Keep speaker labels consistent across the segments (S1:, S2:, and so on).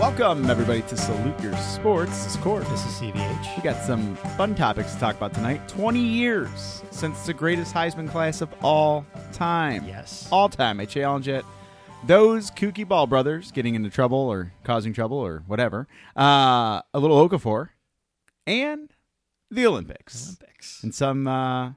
S1: Welcome, everybody, to Salute Your Sports. This is Court.
S2: This is CVH.
S1: We got some fun topics to talk about tonight. 20 years since the greatest Heisman class of all time.
S2: Yes.
S1: All time. I challenge it. Those kooky ball brothers getting into trouble or causing trouble or whatever. Uh, a little Okafor. And the Olympics.
S2: Olympics.
S1: And some, uh,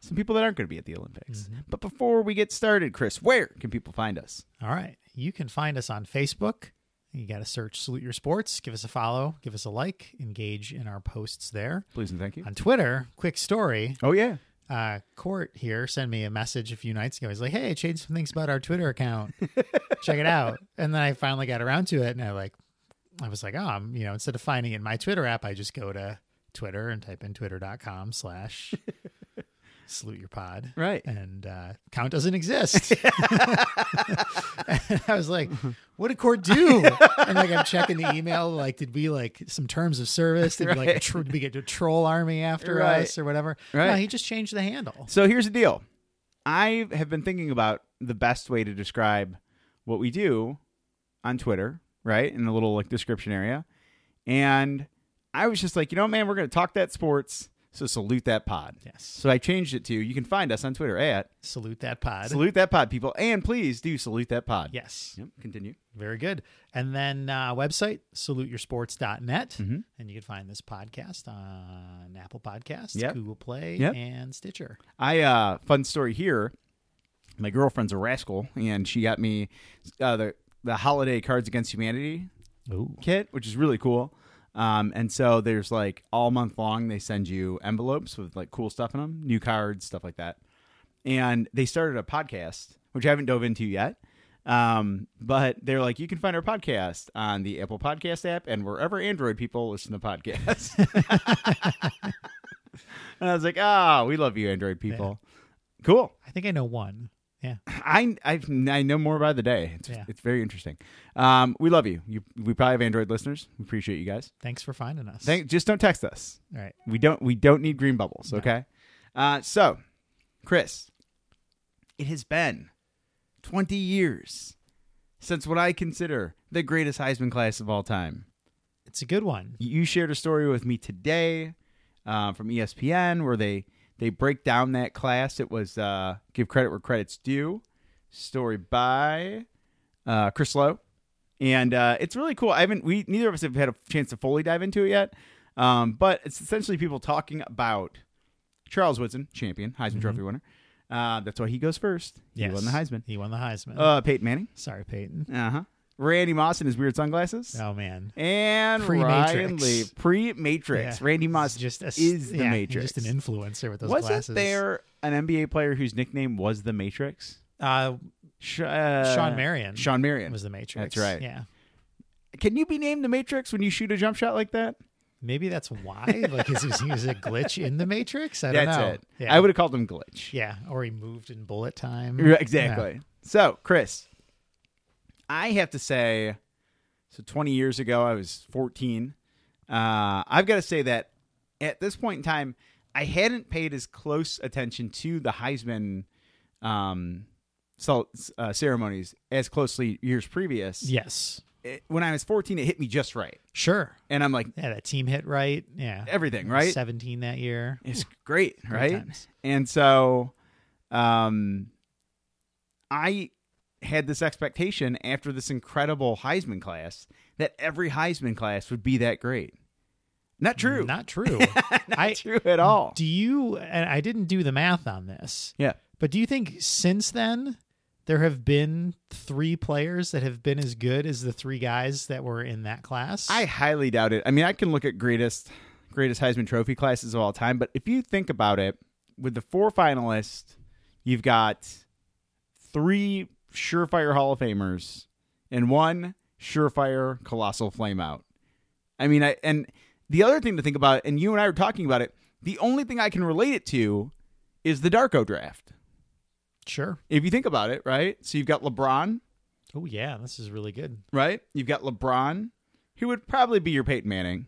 S1: some people that aren't going to be at the Olympics. But before we get started, Chris, where can people find us?
S2: All right. You can find us on Facebook. You got to search Salute Your Sports. Give us a follow, give us a like, engage in our posts there.
S1: Please and thank you.
S2: On Twitter, quick story.
S1: Oh, yeah.
S2: Uh, Court here sent me a message a few nights ago. He's like, hey, I changed some things about our Twitter account. Check it out. And then I finally got around to it and I like, I was like, oh, I'm, you know, instead of finding it in my Twitter app, I just go to Twitter and type in twitter.com slash salute your pod.
S1: Right.
S2: and uh, count doesn't exist. and I was like, what did court do? and like, I'm checking the email. Like, did we like some terms of service? Did we, like a
S1: Right.
S2: tr- did we get a troll army after
S1: Right.
S2: us or whatever? No,
S1: Right.
S2: he just changed the handle.
S1: So here's the deal. I have been thinking about the best way to describe what we do on Twitter, right? In the little like description area. And I was just like, you know, man, we're going to talk that sports. So salute that pod.
S2: Yes.
S1: So I changed it to you can find us on Twitter at
S2: Salute that pod.
S1: salute that pod, people. And please do salute that pod.
S2: Yes.
S1: Yep. Continue.
S2: Very good. And then uh, website, saluteyoursports.net.
S1: Mhm.
S2: And you can find this podcast on Apple Podcasts,
S1: Yep.
S2: Google Play,
S1: Yep.
S2: and Stitcher.
S1: I uh fun story here. My girlfriend's a rascal and she got me uh, the the holiday cards against humanity
S2: Ooh.
S1: kit, which is really cool. Um, and so there's like all month long, they send you envelopes with like cool stuff in them, new cards, stuff like that. And they started a podcast, which I haven't dove into yet. Um, but they're like, you can find our podcast on the Apple Podcast app and wherever Android people listen to podcasts. and I was like, ah, we love you, Android people. Cool.
S2: I think I know one. Yeah.
S1: I, I I know more by the day. It's,
S2: Yeah.
S1: it's very interesting. Um, we love you. you. We probably have Android listeners. We appreciate you guys.
S2: Thanks for finding us.
S1: Thank, just don't text us.
S2: All right.
S1: We don't we don't need green bubbles.
S2: No.
S1: Okay. Uh, so, Chris, it has been twenty years since what I consider the greatest Heisman class of all time.
S2: It's a good one.
S1: You shared a story with me today uh, from ESPN where they they break down that class. It was uh, give credit where credit's due. Story by uh, Chris Lowe, and uh, it's really cool. I haven't we neither of us have had a chance to fully dive into it yet, um, but it's essentially people talking about Charles Woodson, champion Heisman Trophy winner. Uh, that's why he goes first. He won the Heisman.
S2: He won the Heisman.
S1: Uh, Peyton Manning.
S2: Sorry, Peyton.
S1: Uh huh. Randy Moss and his weird sunglasses.
S2: Oh man.
S1: And
S2: Pre-Matrix.
S1: Ryan Lee, pre Matrix.
S2: Yeah.
S1: Randy Moss
S2: He's just a,
S1: is the
S2: yeah, he's
S1: Matrix.
S2: Just an influencer with those
S1: Wasn't
S2: glasses.
S1: there an NBA player whose nickname was the Matrix?
S2: Uh,
S1: Sh- uh,
S2: Sean Marion.
S1: Sean Marion.
S2: was the Matrix.
S1: right.
S2: Yeah.
S1: Can you be named the Matrix when you shoot a jump shot like that?
S2: Maybe that's why. Like, is, is, is a glitch in the Matrix? I don't
S1: That's
S2: know.
S1: it.
S2: Yeah.
S1: I would have called him Glitch.
S2: Yeah. Or he moved in bullet time.
S1: Right, Exactly. So, Chris, I have to say, so 20 years ago, I was 14. Uh, I've got to say that at this point in time, I hadn't paid as close attention to the Heisman um, so, uh, ceremonies as closely years previous.
S2: Yes.
S1: It- when I was 14, it hit me just right.
S2: Sure.
S1: And I'm like,
S2: Yeah. That team hit right. Yeah.
S1: everything, right?
S2: Seventeen that year.
S1: It's great, right?
S2: times.
S1: And so, um, I had this expectation after this incredible Heisman class that every Heisman class would be that great. Not true.
S2: Not true.
S1: Not
S2: I
S1: true at all.
S2: do you. And I didn't do the math on this.
S1: yeah.
S2: But do you think since then there have been three players that have been as good as the three guys that were in that class?
S1: I highly doubt it. I mean, I can look at greatest greatest Heisman Trophy classes of all time, but if you think about it, with the four finalists, you've got three surefire Hall of Famers and one surefire colossal flameout. I mean, I and the other thing to think about, and you and I were talking about it, the only thing I can relate it to is the Darko draft.
S2: sure.
S1: If you think about it, right? So you've got LeBron,
S2: Oh yeah, this is really good.
S1: right? You've got LeBron, who would probably be your Peyton Manning.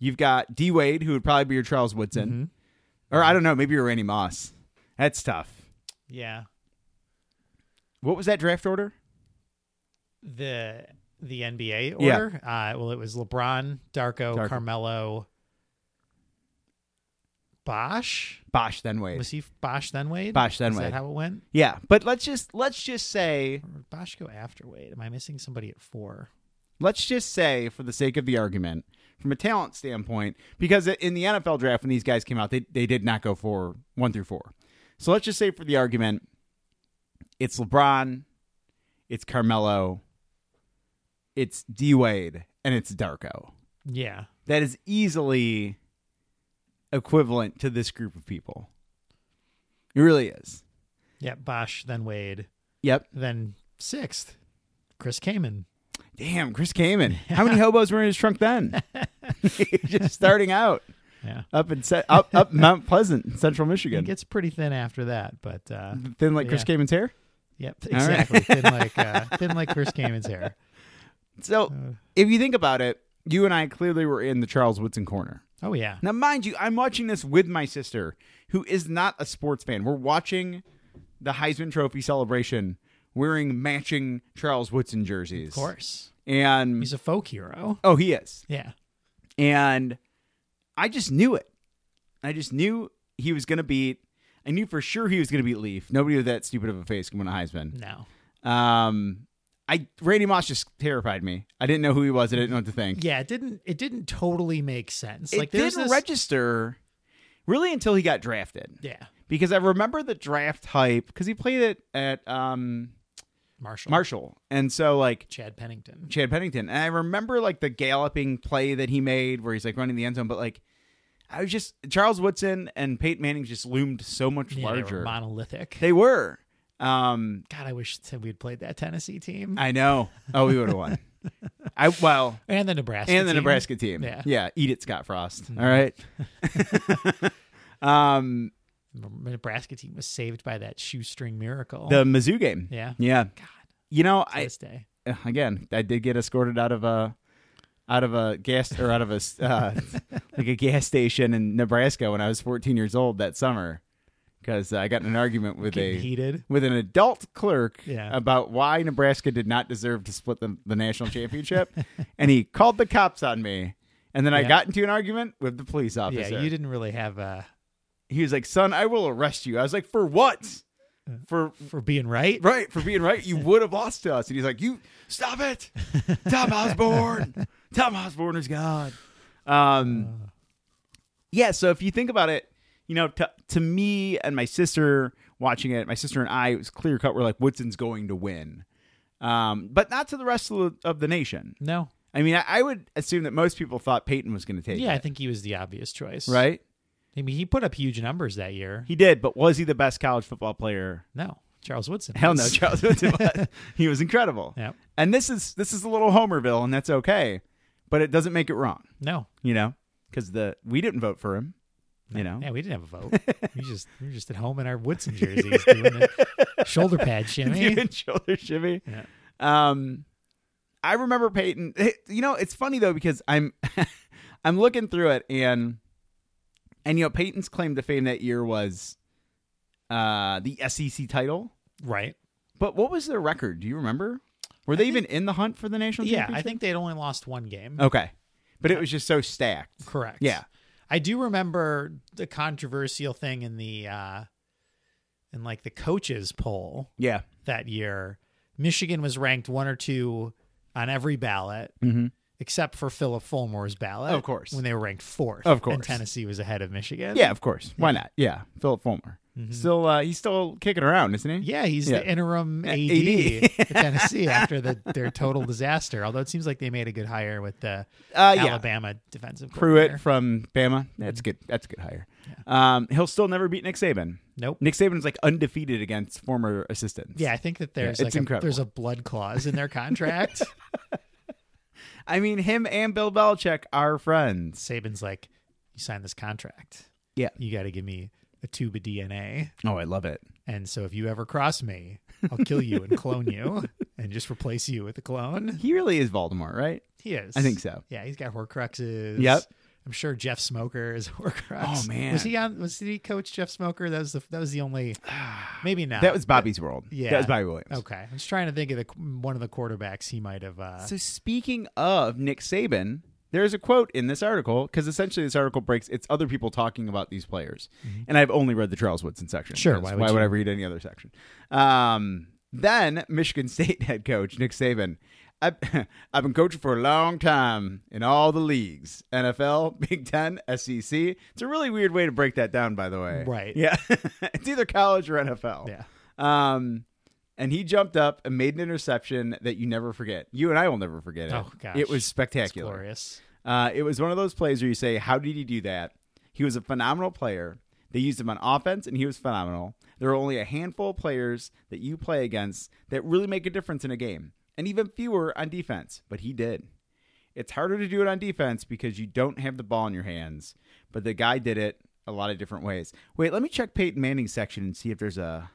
S1: You've got D Wade, who would probably be your Charles Woodson, or I don't know, maybe your Randy Moss. That's tough.
S2: Yeah.
S1: What was that draft order?
S2: The the NBA
S1: Yeah.
S2: order. Uh, well, it was LeBron, Darko,
S1: Darko.
S2: Carmelo, Bosch.
S1: Bosh then Wade.
S2: Was he Bosch then Wade?
S1: Bosh then
S2: Is
S1: Wade.
S2: that how it went?
S1: yeah, but let's just let's just say
S2: Or did Bosch go after Wade? Am I missing somebody at four?
S1: let's just say for the sake of the argument, from a talent standpoint, because in the NFL draft when these guys came out, they they did not go for one through four. So let's just say for the argument, it's LeBron, it's Carmelo, it's D Wade, and it's Darko.
S2: Yeah.
S1: that is easily equivalent to this group of people. It really is.
S2: Yeah. Bosch then Wade.
S1: Yep.
S2: Then sixth, Chris Kamen.
S1: Damn, Chris Kamen. How many hobos were in his trunk then? Just starting out
S2: Yeah.
S1: up in se- up up Mount Pleasant, in Central
S2: It
S1: Michigan.
S2: gets pretty thin after that, but uh,
S1: Thin like Chris
S2: Yeah.
S1: Kamen's hair.
S2: yep,
S1: Mm-hmm. right.
S2: exactly. thin like uh, thin like Chris Kamen's hair.
S1: So
S2: Uh,
S1: if you think about it, you and I clearly were in the Charles Woodson corner.
S2: oh yeah.
S1: Now, mind you, I'm watching this with my sister, who is not a sports fan. We're watching the Heisman Trophy celebration wearing matching Charles Woodson jerseys.
S2: Of course.
S1: And
S2: He's a folk hero.
S1: oh, he is.
S2: Yeah.
S1: And I just knew it. I just knew he was going to beat. I knew for sure he was going to beat Leaf. Nobody with that stupid of a face can win a Heisman.
S2: No.
S1: Um, I Randy Moss just terrified me. I didn't know who he was. I didn't know what to think.
S2: Yeah, it didn't it didn't totally make sense. like
S1: it
S2: there's
S1: didn't
S2: this
S1: register really until he got drafted.
S2: Yeah.
S1: because I remember the draft hype because he played it at um,
S2: Marshall.
S1: Marshall, and so like
S2: Chad Pennington.
S1: Chad Pennington, and I remember like the galloping play that he made where he's like running the end zone, but like I was just Charles Woodson and Peyton Manning just loomed so much
S2: Yeah, They were
S1: larger.
S2: monolithic.
S1: They were. Um,
S2: God, I wish that we'd played that Tennessee team.
S1: I know. Oh, we would have won. I well,
S2: and the Nebraska
S1: and the
S2: team.
S1: Nebraska team.
S2: Yeah. Mm-hmm.
S1: yeah. Eat it, Scott Frost. All right. um,
S2: The Nebraska team was saved by that shoestring miracle.
S1: the Mizzou game.
S2: yeah.
S1: Yeah.
S2: God,
S1: You know,
S2: to
S1: I
S2: this day.
S1: Uh, again, I did get escorted out of a out of a gas or out of a s- uh, like a gas station in Nebraska when I was 14 years old that summer because I got in an argument with
S2: Getting
S1: a
S2: heated.
S1: with an adult clerk
S2: Yeah.
S1: about why Nebraska did not deserve to split the, the national championship, and he called the cops on me. And then I
S2: Yeah.
S1: got into an argument with the police
S2: Yeah,
S1: officer.
S2: you didn't really have uh
S1: He was like, "Son, I will arrest you." I was like, "For what?"
S2: Uh.
S1: For
S2: for being right.
S1: right for being right you would have lost to us and he's like you stop it tom osborne tom osborne is god um yeah so if you think about it you know to, to me and my sister watching it my sister and i it was clear cut we're like woodson's going to win um but not to the rest of the, of the nation
S2: No.
S1: i mean I, I would assume that most people thought peyton was going to take
S2: Yeah, I
S1: it
S2: think he was the obvious choice.
S1: right
S2: I mean, he put up huge numbers that year.
S1: he did but was he the best college football player
S2: No, Charles Woodson.
S1: hell no
S2: was.
S1: charles woodson was. he was incredible
S2: Yep.
S1: And this is this is a little Homerville, and that's okay, but it doesn't make it wrong,
S2: No.
S1: you know, because the we didn't vote for him, you know.
S2: Yeah, we didn't have a vote. we just we were just at home in our Woodson jerseys doing the shoulder pad shimmy.
S1: Dude, shoulder shimmy.
S2: Yeah.
S1: Um, I remember Peyton. it- you know, it's funny though because I'm I'm looking through it and and you know Peyton's claim to fame that year was uh the SEC title.
S2: Right.
S1: But what was their record? Do you remember? Were they even in the hunt for the national
S2: Yeah, I
S1: championship?
S2: think they'd only lost one game.
S1: okay, but it was just so stacked.
S2: Correct.
S1: Oh, Yeah.
S2: I do remember the controversial thing in the uh in like the coaches poll
S1: Yeah.
S2: that year. Michigan was ranked one or two on every ballot
S1: Mm-hmm.
S2: except for Philip Fulmore's ballot.
S1: Of course.
S2: When they were ranked fourth.
S1: Of course.
S2: And Tennessee was ahead of Michigan.
S1: Yeah, of course. Why not? Yeah, Philip Fulmer. Still, uh, he's still kicking around, isn't he?
S2: Mm-hmm. Yeah, he's
S1: Yeah.
S2: the interim
S1: Yeah,
S2: AD,
S1: AD.
S2: for Tennessee after the, their total disaster. Although it seems like they made a good hire with the
S1: uh, yeah.
S2: Alabama Mm-hmm. defensive
S1: Pruitt
S2: coordinator.
S1: from Bama. That's good. That's a good hire. Um, he'll still never beat Nick Saban.
S2: Nope.
S1: Nick Saban's like undefeated against former assistants.
S2: Yeah, I think that there's
S1: it's
S2: like a,
S1: incredible.
S2: there's a blood clause in their contract.
S1: I mean, him and Bill Belichick are friends.
S2: Saban's like, you signed this contract.
S1: Yeah.
S2: You got to give me a tube of DNA,
S1: Oh, I love it.
S2: and so if you ever cross me, I'll kill you and clone you, and just replace you with a clone.
S1: He really is Voldemort, right?
S2: He is.
S1: I think so.
S2: Yeah, he's got Horcruxes.
S1: Yep.
S2: I'm sure Jeff Smoker is a Horcrux.
S1: Oh, man.
S2: was he on? Was he coach Jeff Smoker? That was the that was the only. Maybe not.
S1: That was Bobby's world.
S2: Ah, Yeah.
S1: That was Bobby Williams.
S2: okay. I was trying to think of the one of the quarterbacks he might have. Uh,
S1: So speaking of Nick Saban, there's a quote in this article because essentially this article breaks it's other people talking about these players, and I've only read the Charles Woodson section.
S2: Mm-hmm. Sure,
S1: 'cause
S2: why
S1: Why
S2: would
S1: would,
S2: you?
S1: I read any other section? Um, then Michigan State head coach Nick Saban. I've, I've been coaching for a long time in all the leagues NFL, Big Ten, SEC. It's a really weird way to break that down, by the way.
S2: Right.
S1: Yeah. it's either college or NFL.
S2: yeah.
S1: Um, and he jumped up and made an interception that you never forget. You and I will never forget it.
S2: Oh, gosh.
S1: It was
S2: It's
S1: spectacular.
S2: glorious.
S1: Uh, it was one of those plays where you say, "How did he do that?" He was a phenomenal player. They used him on offense, and he was phenomenal. There are only a handful of players that you play against that really make a difference in a game, and even fewer on defense. But he did. It's harder to do it on defense because you don't have the ball in your hands. But the guy did it a lot of different ways. Wait, let me check Peyton Manning's section and see if there's a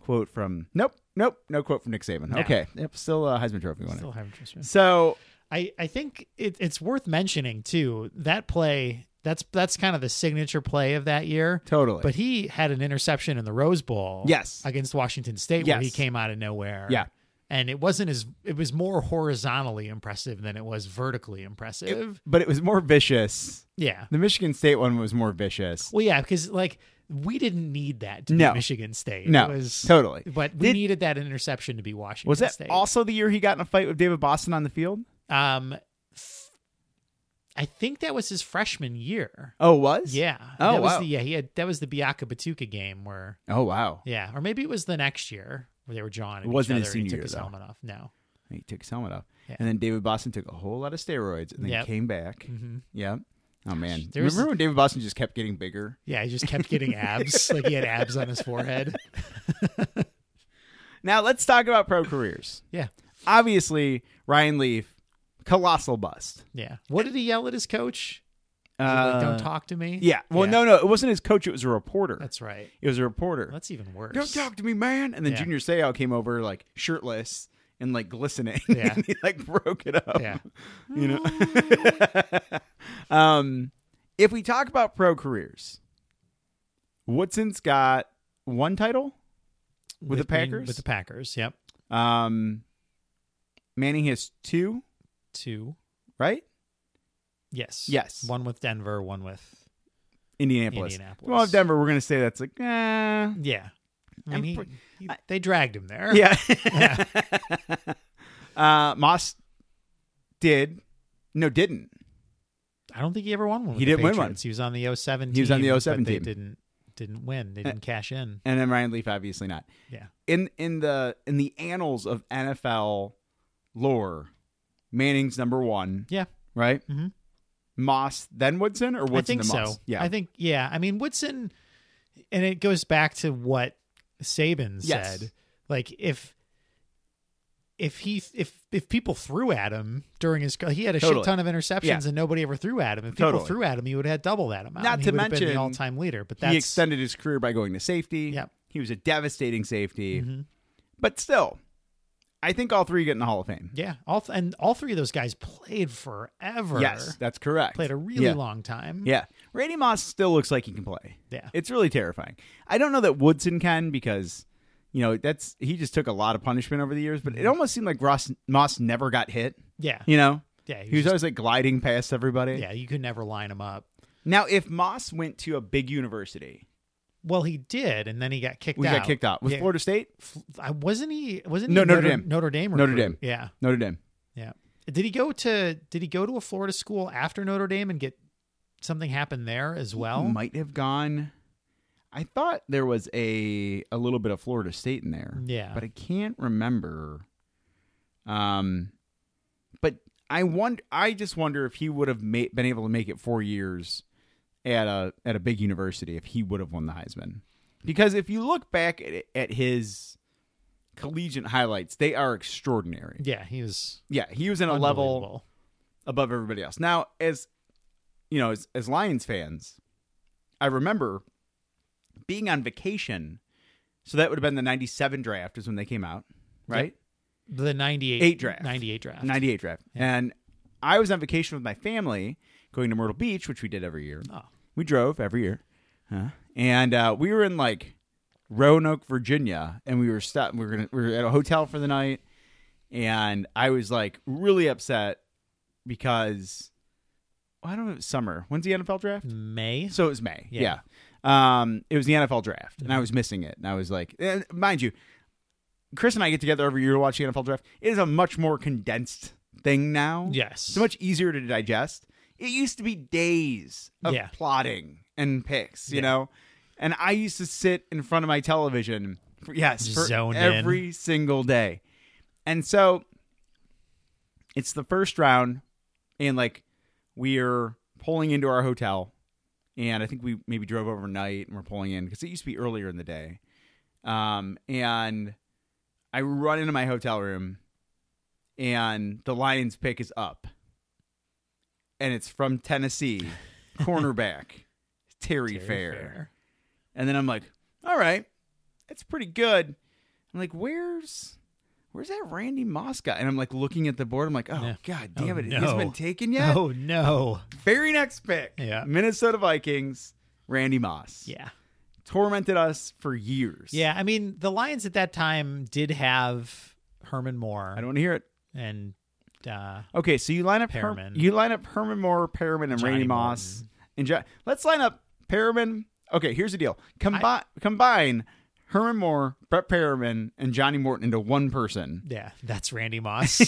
S1: quote from. Nope, nope, no quote from Nick Saban. Okay, yep, still a Heisman Trophy winner.
S2: Still have interest.
S1: So
S2: I, I think it, it's worth mentioning too that play. That's that's kind of the signature play of that year.
S1: totally,
S2: But he had an interception in the Rose Bowl.
S1: Yes.
S2: Against Washington State, where
S1: Yes.
S2: he came out of nowhere.
S1: Yeah.
S2: And it wasn't as it was more horizontally impressive than it was vertically impressive.
S1: but it was more vicious.
S2: yeah.
S1: The Michigan State one was more vicious.
S2: Well, yeah, because like we didn't need that to
S1: No.
S2: be Michigan State.
S1: No,
S2: It was,
S1: totally.
S2: But we
S1: Did-
S2: needed that interception to be Washington
S1: Was that
S2: State.
S1: also the year he got in a fight with David Boston on the field?
S2: um, th- I think that was his freshman year.
S1: Oh, was
S2: Yeah.
S1: Oh,
S2: that was
S1: wow.
S2: the yeah, he had that was the Biaka Batuka game where
S1: Oh, wow.
S2: yeah, or maybe it was the next year where they were John.
S1: It wasn't his
S2: he
S1: senior
S2: took
S1: year,
S2: his
S1: though.
S2: helmet off. No.
S1: He took his helmet off,
S2: Yeah.
S1: and then David Boston took a whole lot of steroids and then
S2: Yep. Mm-hmm.
S1: came back. Yeah. Oh man,
S2: there was-
S1: remember when David Boston just kept getting bigger?
S2: Yeah, he just kept getting abs. like he had abs on his forehead.
S1: Now let's talk about pro careers.
S2: Yeah.
S1: Obviously, Ryan Leaf, colossal bust.
S2: Yeah. What did he yell at his coach? He's
S1: Uh,
S2: like, Don't talk to me.
S1: Yeah. Well,
S2: Yeah.
S1: no, no, it wasn't his coach. It was a reporter.
S2: That's right.
S1: it was a reporter.
S2: That's even worse.
S1: Don't talk to me, man. And then
S2: Yeah.
S1: Junior Seau came over like shirtless and like glistening.
S2: Yeah.
S1: and he like broke it up.
S2: Yeah.
S1: You know? um if we talk about pro careers, Woodson's got one title. With the
S2: being-
S1: Packers?
S2: With the Packers. Yep.
S1: Um Manning has two,
S2: Two.
S1: right?
S2: Yes.
S1: Yes.
S2: One with Denver, one with
S1: Indianapolis.
S2: Indianapolis.
S1: Well, if Denver, we're gonna say that's like, eh.
S2: Yeah. I mean,
S1: I'm
S2: he-
S1: pre-
S2: he- they dragged him there.
S1: Yeah. uh Moss did. No, didn't.
S2: I don't think he ever won one. With
S1: He
S2: the
S1: didn't win one.
S2: Patriots. He was on the 07
S1: He was on the
S2: team,
S1: 07
S2: but they
S1: team. Eh.
S2: didn't didn't win. They didn't cash in.
S1: and then Ryan Leaf obviously not.
S2: Yeah.
S1: In in the in the annals of NFL lore, Manning's number one,
S2: Yeah.
S1: right?
S2: Mhm.
S1: Moss then Woodson or Woodson
S2: I think
S1: then Moss?
S2: so.
S1: Yeah,
S2: I think yeah. I mean Woodson and it goes back to what Saban
S1: Yes.
S2: said. Like if if he if if people threw at him during his he had a shit
S1: Totally.
S2: ton of interceptions
S1: Yeah.
S2: and nobody ever threw at him. If people
S1: Totally.
S2: threw at him, he would have had double that amount.
S1: Not
S2: and
S1: to
S2: he would have been
S1: mention,
S2: the all time leader. But that's
S1: he extended his career by going to safety.
S2: Yep.
S1: he was a devastating safety,
S2: Mhm.
S1: but still, I think all three get in the Hall of Fame.
S2: yeah. All th- and all three of those guys played forever.
S1: Yes, that's correct.
S2: Played a really
S1: yeah.
S2: long time.
S1: Yeah, Randy Moss still looks like he can play.
S2: Yeah.
S1: It's really terrifying. I don't know that Woodson can because, you know, that's he just took a lot of punishment over the years. But it almost seemed like Ross Moss never got hit.
S2: Yeah.
S1: You know,
S2: Yeah.
S1: he was always like gliding past everybody.
S2: yeah, you could never line him up.
S1: Now, if Moss went to a big university,
S2: Well, he did, and then he got kicked
S1: we
S2: out.
S1: got kicked out. Was
S2: Yeah.
S1: Florida State,
S2: I wasn't he wasn't he
S1: No,
S2: a
S1: Notre
S2: Notre
S1: Dame.
S2: Notre Dame
S1: Notre
S2: recruit?
S1: Dame.
S2: yeah
S1: Notre Dame?
S2: yeah did he go to did he go to a Florida school after Notre Dame and get something happen there as well
S1: might have gone. I thought there was a a little bit of Florida State in there.
S2: yeah
S1: but I can't remember. Um, but I wonder. I just wonder if he would have ma- been able to make it four years at a at a big university if he would have won the Heisman. Because if you look back at at his collegiate highlights, they are extraordinary.
S2: yeah he was
S1: Yeah, he was in a level
S2: unbelievable.
S1: above everybody else. Now, as you know, as, as Lions fans, I remember being on vacation. So that would have been the '97 draft is when they came out, right?
S2: the 98
S1: Eight draft.
S2: 98 draft
S1: 98 draft. And I was on vacation with my family going to Myrtle Beach, which we did every year.
S2: Oh.
S1: We drove every year. Huh? And uh, we were in like Roanoke, Virginia, and we were stop we were gonna we were at a hotel for the night and I was like really upset because I don't know, it was summer. When's the NFL draft?
S2: May.
S1: So it was May. Yeah.
S2: Yeah.
S1: Um, it was the NFL draft, and I was missing it. And I was like, and mind you, Chris and I get together every year to watch the NFL draft. It is a much more condensed thing now.
S2: Yes.
S1: It's much easier to digest. It used to be days of
S2: Yeah.
S1: plotting and picks, you
S2: Yeah.
S1: know? And I used to sit in front of my television, for, yes, for
S2: Zone in.
S1: every single day. And so it's the first round, and like we're pulling into our hotel, and I think we maybe drove overnight and we're pulling in because it used to be earlier in the day. Um, and I run into my hotel room, and the Lions pick is up, and it's from Tennessee, cornerback Terry,
S2: Very
S1: Fair. And then I'm like, all right, that's pretty good. I'm like, where's where's that Randy Moss guy? And I'm like looking at the board. I'm like, oh
S2: Yeah.
S1: god damn
S2: Oh,
S1: it, it hasn't
S2: no.
S1: been taken yet.
S2: Oh no.
S1: Very next pick,
S2: Yeah.
S1: Minnesota Vikings, Randy Moss.
S2: Yeah.
S1: tormented us for years.
S2: Yeah. I mean, the Lions at that time did have Herman Moore
S1: I don't want to hear it.
S2: and uh,
S1: Okay, so you line up Herm-
S2: Perriman.
S1: you line up Herman Moore, Perriman, and
S2: Johnny
S1: Randy Moss, and jo- let's line up Perriman. Okay, here's the deal: Combi- combine Herman Moore, Brett Perriman, and Johnny Morton into one person.
S2: yeah, that's Randy Moss.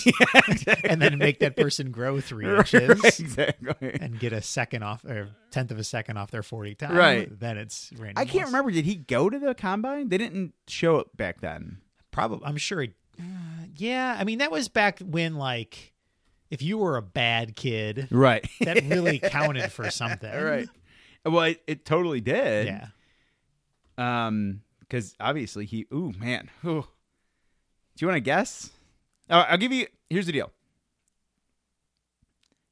S2: and then make that person grow three inches.
S1: exactly.
S2: And get a second off or tenth of a second off their forty time.
S1: Right.
S2: Then it's Randy.
S1: I can't
S2: Moss.
S1: remember. Did he go to the combine? They didn't show it back then.
S2: Probably. I'm sure. He, uh, yeah. I mean, that was back when like if you were a bad kid,
S1: Right.
S2: that really counted for something.
S1: right. Well, it, it totally did.
S2: Yeah.
S1: Um, because obviously he. Ooh, man. Ooh. Do you want to guess? Oh, I'll give you. Here's the deal.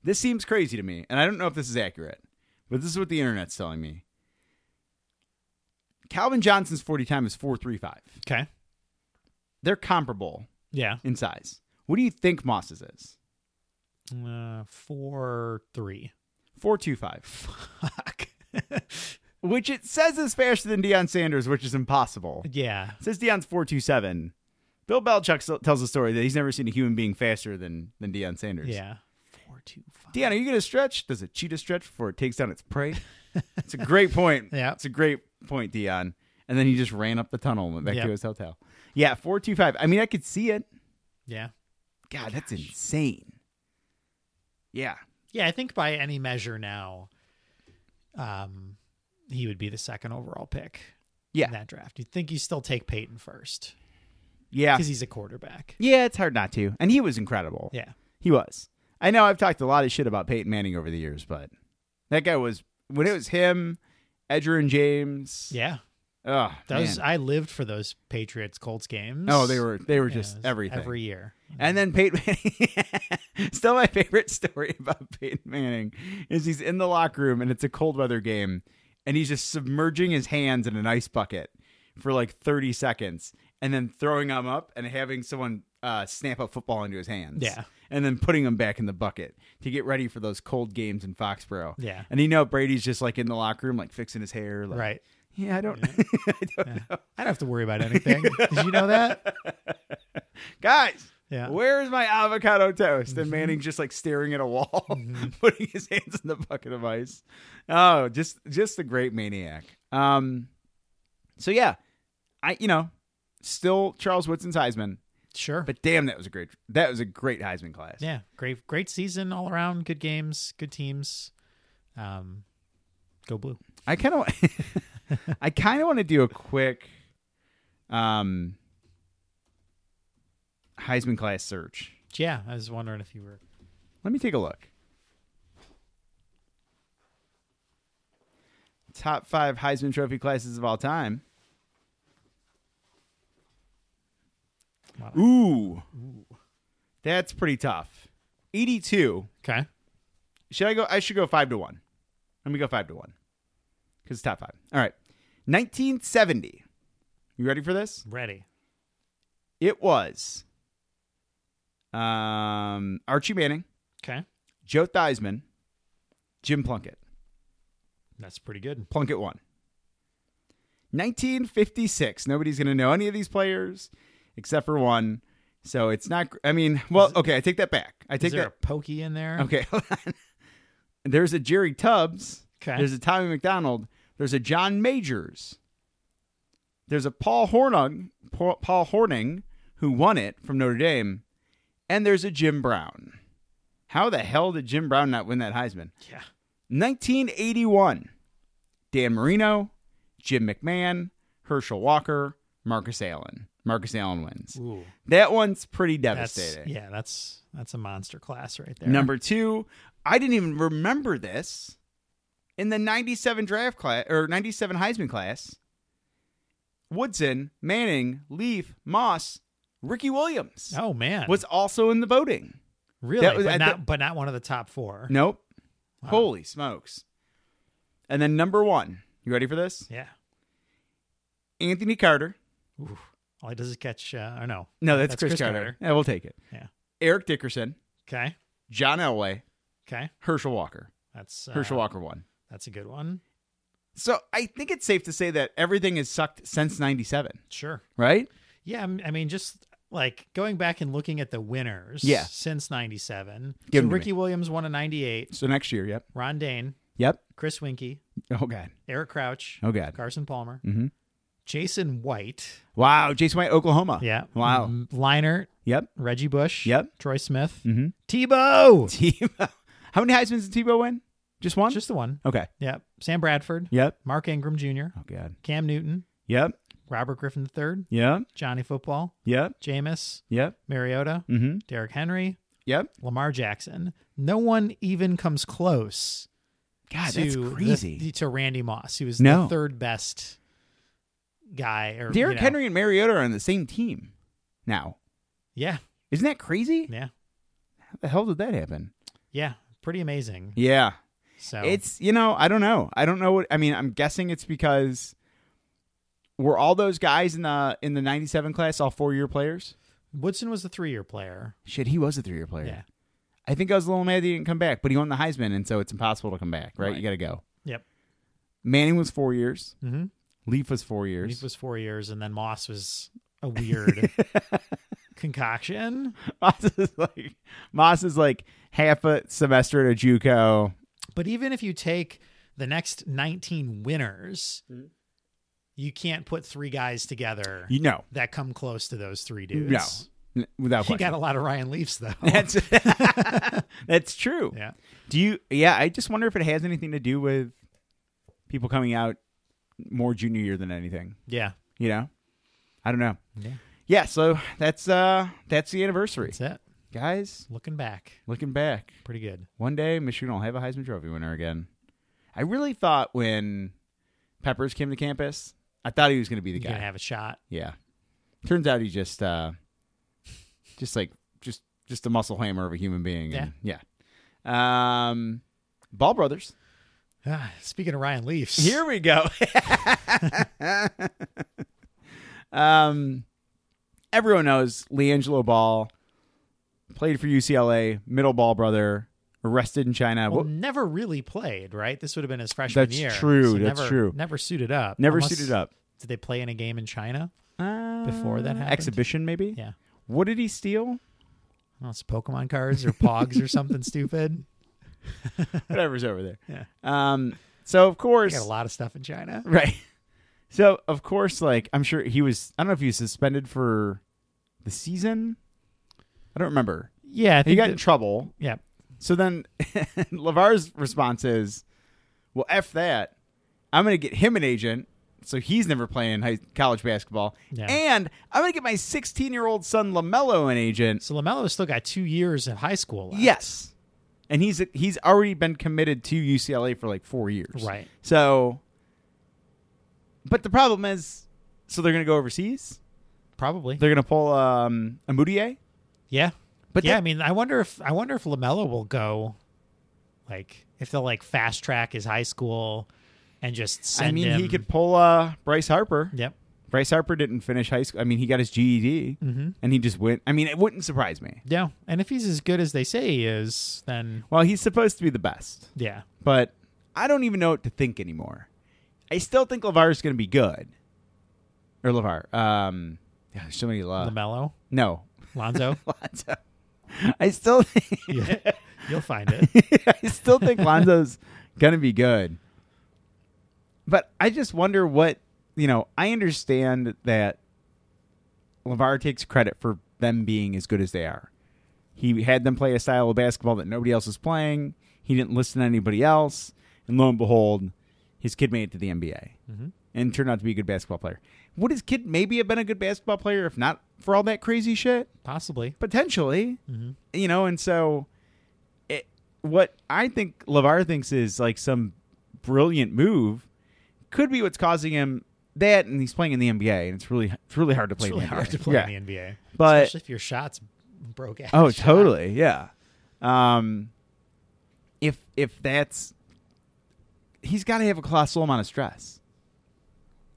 S1: This seems crazy to me, and I don't know if this is accurate, but this is what the internet's telling me. Calvin Johnson's forty time is four three five.
S2: Okay.
S1: They're comparable
S2: Yeah.
S1: in size. What do you think Moss's is?
S2: Uh, four three.
S1: Four two five.
S2: Fuck.
S1: Which it says is faster than Deion Sanders, which is impossible.
S2: yeah.
S1: It says Deion's four two seven. Bill Belichick s- tells a story that he's never seen a human being faster than than Deion Sanders.
S2: Yeah. Four two five.
S1: Deion, are you going to stretch? Does a cheetah stretch before it takes down its prey? it's a great point.
S2: Yeah.
S1: it's a great point, Deion. And then he just ran up the tunnel and went back
S2: Yeah.
S1: to his hotel. Yeah, four two five. I mean, I could see it.
S2: Yeah.
S1: God, that's insane. Yeah,
S2: Yeah. I think by any measure now, um, he would be the second overall pick.
S1: Yeah.
S2: In that draft, you'd think you still take Peyton first
S1: yeah,
S2: because he's a quarterback.
S1: yeah. It's hard not to. And he was incredible.
S2: Yeah.
S1: He was. I know I've talked a lot of shit about Peyton Manning over the years, but that guy was when it was him, Edger and James.
S2: Yeah.
S1: Oh,
S2: Those I lived for those Patriots Colts games.
S1: oh, they were they were
S2: Yeah,
S1: just
S2: it was
S1: everything.
S2: every year.
S1: and then Peyton Manning. Still, my favorite story about Peyton Manning is he's in the locker room and it's a cold weather game, and he's just submerging his hands in an ice bucket for like thirty seconds, and then throwing them up and having someone uh, snap a football into his hands.
S2: Yeah.
S1: And then putting them back in the bucket to get ready for those cold games in Foxborough.
S2: Yeah.
S1: And you know Brady's just like in the locker room, like fixing his hair. Like,
S2: Right.
S1: Yeah, I don't, I don't know.
S2: I don't have to worry about anything. Did you know that?
S1: Guys,
S2: Yeah. Mm-hmm.
S1: Where's my avocado toast? And Manning's just like staring at a wall, putting his hands in the bucket of ice. Oh, just just a great maniac. Um, so yeah, I you know, still Charles Woodson's Heisman,
S2: Sure.
S1: but damn, that was a great that was a great Heisman class.
S2: Yeah, great, great season all around. Good games, good teams. Um, go blue.
S1: I kind of I kind of want to do a quick um Heisman class search.
S2: Yeah, I was wondering if you were.
S1: Let me take a look. Top five Heisman Trophy classes of all time.
S2: Wow.
S1: Ooh. That's pretty tough. 82.
S2: Okay.
S1: Should I go? I should go five to one. Let me go five to one. Because top five. All right. 1970. You ready for this?
S2: Ready.
S1: It was um, Archie Manning,
S2: Okay.
S1: Joe Theismann, Jim Plunkett.
S2: That's pretty good.
S1: Plunkett won. 1956. Nobody's going to know any of these players except for one. So it's not, I mean, well, okay, I take that back. I
S2: Is
S1: take
S2: there
S1: that.
S2: a pokey in there?
S1: Okay, hold on. There's a Jerry Tubbs.
S2: Okay.
S1: There's a Tommy McDonald. There's a John Majors. There's a Paul Hornung, Paul Paul Horning, who won it from Notre Dame, and there's a Jim Brown. How the hell did Jim Brown not win that Heisman?
S2: Yeah.
S1: 1981. Dan Marino, Jim McMahon, Herschel Walker, Marcus Allen. Marcus Allen wins.
S2: Ooh.
S1: That one's pretty
S2: That's
S1: devastating.
S2: yeah. That's that's a monster class right there.
S1: Number two, I didn't even remember this. In the 97 draft class or 97 Heisman class, Woodson, Manning, Leaf, Moss, Ricky Williams
S2: Oh man.
S1: was also in the voting.
S2: really?
S1: that was- I
S2: but not
S1: thought-
S2: but not one of the top four.
S1: Nope.
S2: Wow.
S1: Holy smokes. And then number one, you ready for this?
S2: Yeah.
S1: Anthony Carter.
S2: Ooh. All he does is catch. Uh, or no.
S1: No, that's, Chris, Carter. Yeah, we'll take it.
S2: Yeah.
S1: Eric Dickerson,
S2: Okay.
S1: John Elway,
S2: Okay.
S1: Herschel Walker.
S2: That's uh,
S1: Herschel Walker won.
S2: That's a good one.
S1: So I think it's safe to say that everything has sucked since 97,
S2: Sure.
S1: right?
S2: Yeah. I'm- I mean, just like going back and looking at the winners.
S1: Yeah.
S2: Since '97.
S1: Give
S2: So
S1: 'em to
S2: Ricky Williams won in '98.
S1: So next year, yep.
S2: Ron Dane,
S1: Yep.
S2: Chris Winkie,
S1: Oh god.
S2: Eric Crouch,
S1: Oh god.
S2: Carson Palmer,
S1: Mm-hmm.
S2: Jason White.
S1: Wow. Jason White, Oklahoma.
S2: Yeah. Mm-hmm.
S1: Wow.
S2: M- Leinart,
S1: Yep.
S2: Reggie Bush.
S1: Yep.
S2: Troy Smith.
S1: Mm-hmm.
S2: Tebow.
S1: Tebow. How many Heisman's did Tebow win? Just one.
S2: Just the one.
S1: okay.
S2: Yep. Sam Bradford.
S1: Yep.
S2: Mark Ingram Jr.
S1: Oh god.
S2: Cam Newton.
S1: Yep.
S2: Robert Griffin III.
S1: Yep.
S2: Johnny Football.
S1: Yep.
S2: Jameis.
S1: Yep.
S2: Mariota.
S1: Mm-hmm.
S2: Derrick Henry.
S1: Yep.
S2: Lamar Jackson. No one even comes close
S1: God,
S2: to
S1: that's
S2: the-
S1: crazy.
S2: to Randy Moss, who was
S1: No.
S2: the third best guy. Or
S1: Derrick
S2: you know.
S1: Henry and Mariota are on the same team now.
S2: Yeah.
S1: Isn't that crazy?
S2: Yeah.
S1: How the hell did that happen?
S2: Yeah. Pretty amazing.
S1: Yeah.
S2: So
S1: It's you know, I don't know. I don't know what I mean, I'm guessing it's because were all those guys in the in the 97 class all four-year players?
S2: Woodson was the three year player.
S1: Shit, he was a three-year player.
S2: Yeah.
S1: I think I was a little mad he didn't come back, but he won the Heisman, and so it's impossible to come back, right? You
S2: Right.
S1: got to go.
S2: Yep.
S1: Manning was four years.
S2: Mm-hmm.
S1: Leaf was four years.
S2: Leaf was four years, and then Moss was a weird concoction.
S1: Moss is like Moss is like half a semester at a JUCO.
S2: But even if you take the next 19 winners, you can't put three guys together
S1: You know,
S2: that come close to those three dudes.
S1: no, N- without
S2: You got
S1: question.
S2: a lot of Ryan Leafs, though.
S1: That's that's true.
S2: yeah.
S1: Do you? Yeah, I just wonder if it has anything to do with people coming out more junior year than anything.
S2: Yeah.
S1: You know, I don't know.
S2: Yeah.
S1: Yeah, so that's uh that's the anniversary,
S2: That's it.
S1: guys.
S2: Looking back,
S1: Looking back,
S2: pretty good.
S1: One day, Michigan will have a Heisman Trophy winner again. I really thought when Peppers came to campus, I thought he was going to be the
S2: You're going
S1: guy.
S2: to have a shot.
S1: yeah. Turns out he just, uh, just like, just, just a muscle hammer of a human being. and- yeah. Um, Ball Brothers.
S2: Ah, speaking of Ryan Leafs,
S1: Here we go. um, everyone knows LeAngelo Ball played for UCLA, middle ball brother, arrested in China.
S2: well,
S1: What-
S2: never really played, right? This would have been his freshman
S1: That's
S2: year.
S1: true.
S2: so
S1: That's
S2: never-
S1: true.
S2: Never suited up.
S1: Never
S2: Unless-
S1: suited up.
S2: Did they play in a game in China?
S1: before
S2: that happened?
S1: Exhibition, maybe.
S2: Yeah.
S1: What did he steal?
S2: I don't know, it's Pokemon cards or Pogs or something stupid.
S1: Whatever's over there.
S2: Yeah.
S1: Um. So of
S2: We
S1: course,
S2: got a lot of stuff in China.
S1: right. So of course, like I'm sure he was. I don't know if he was suspended for the season. I don't remember.
S2: Yeah, I
S1: He
S2: think
S1: got
S2: that-
S1: in trouble.
S2: yeah,
S1: So then, Lavar's response is, "Well, f that. I'm going to get him an agent." So he's never playing high, college basketball,
S2: Yeah.
S1: and I'm gonna get my 16 year old son Lamelo an agent.
S2: So Lamelo's still got two years of high school. Left.
S1: Yes. And he's he's already been committed to UCLA for like 4 years.
S2: Right.
S1: So but the problem is so they're going to go overseas?
S2: probably.
S1: They're going to pull um a Moutier?
S2: Yeah,
S1: But
S2: but yeah,
S1: that-
S2: I mean, I wonder if I wonder if Lamelo will go, like, if they'll like fast track his high school, and just send
S1: I mean,
S2: him.
S1: he could pull uh Bryce Harper.
S2: Yep.
S1: Bryce Harper didn't finish high school. I mean, he got his GED
S2: Mm-hmm.
S1: and he just went. I mean, it wouldn't surprise me.
S2: Yeah, and if he's as good as they say he is, then
S1: Well, he's supposed to be the best,
S2: yeah,
S1: but I don't even know what to think anymore. I still think Lavar's going to be good, or Lavar. Um, yeah, there's so many La.
S2: Lamelo,
S1: no,
S2: Lonzo,
S1: Lonzo. I still, think,
S2: you, will find it.
S1: I still think Lonzo's going to be good, but I just wonder what you know. I understand that Lavar takes credit for them being as good as they are. He had them play a style of basketball that nobody else was playing. He didn't listen to anybody else, and lo and behold, his kid made it to the NBA
S2: Mhm.
S1: and turned out to be a good basketball player. Would his kid maybe have been a good basketball player if not for all that crazy shit?
S2: Possibly.
S1: Potentially,
S2: Mhm.
S1: you know. And so, it, what I think Lavar thinks is like some brilliant move could be what's causing him that, and he's playing in the NBA, and it's really it's really hard to play.
S2: It's
S1: in
S2: really
S1: the
S2: hard
S1: NBA.
S2: to play
S1: Yeah.
S2: in the NBA,
S1: But-
S2: especially if your shots broke out.
S1: Oh, totally. Yeah. Um, if if that's he's got to have a colossal amount of stress.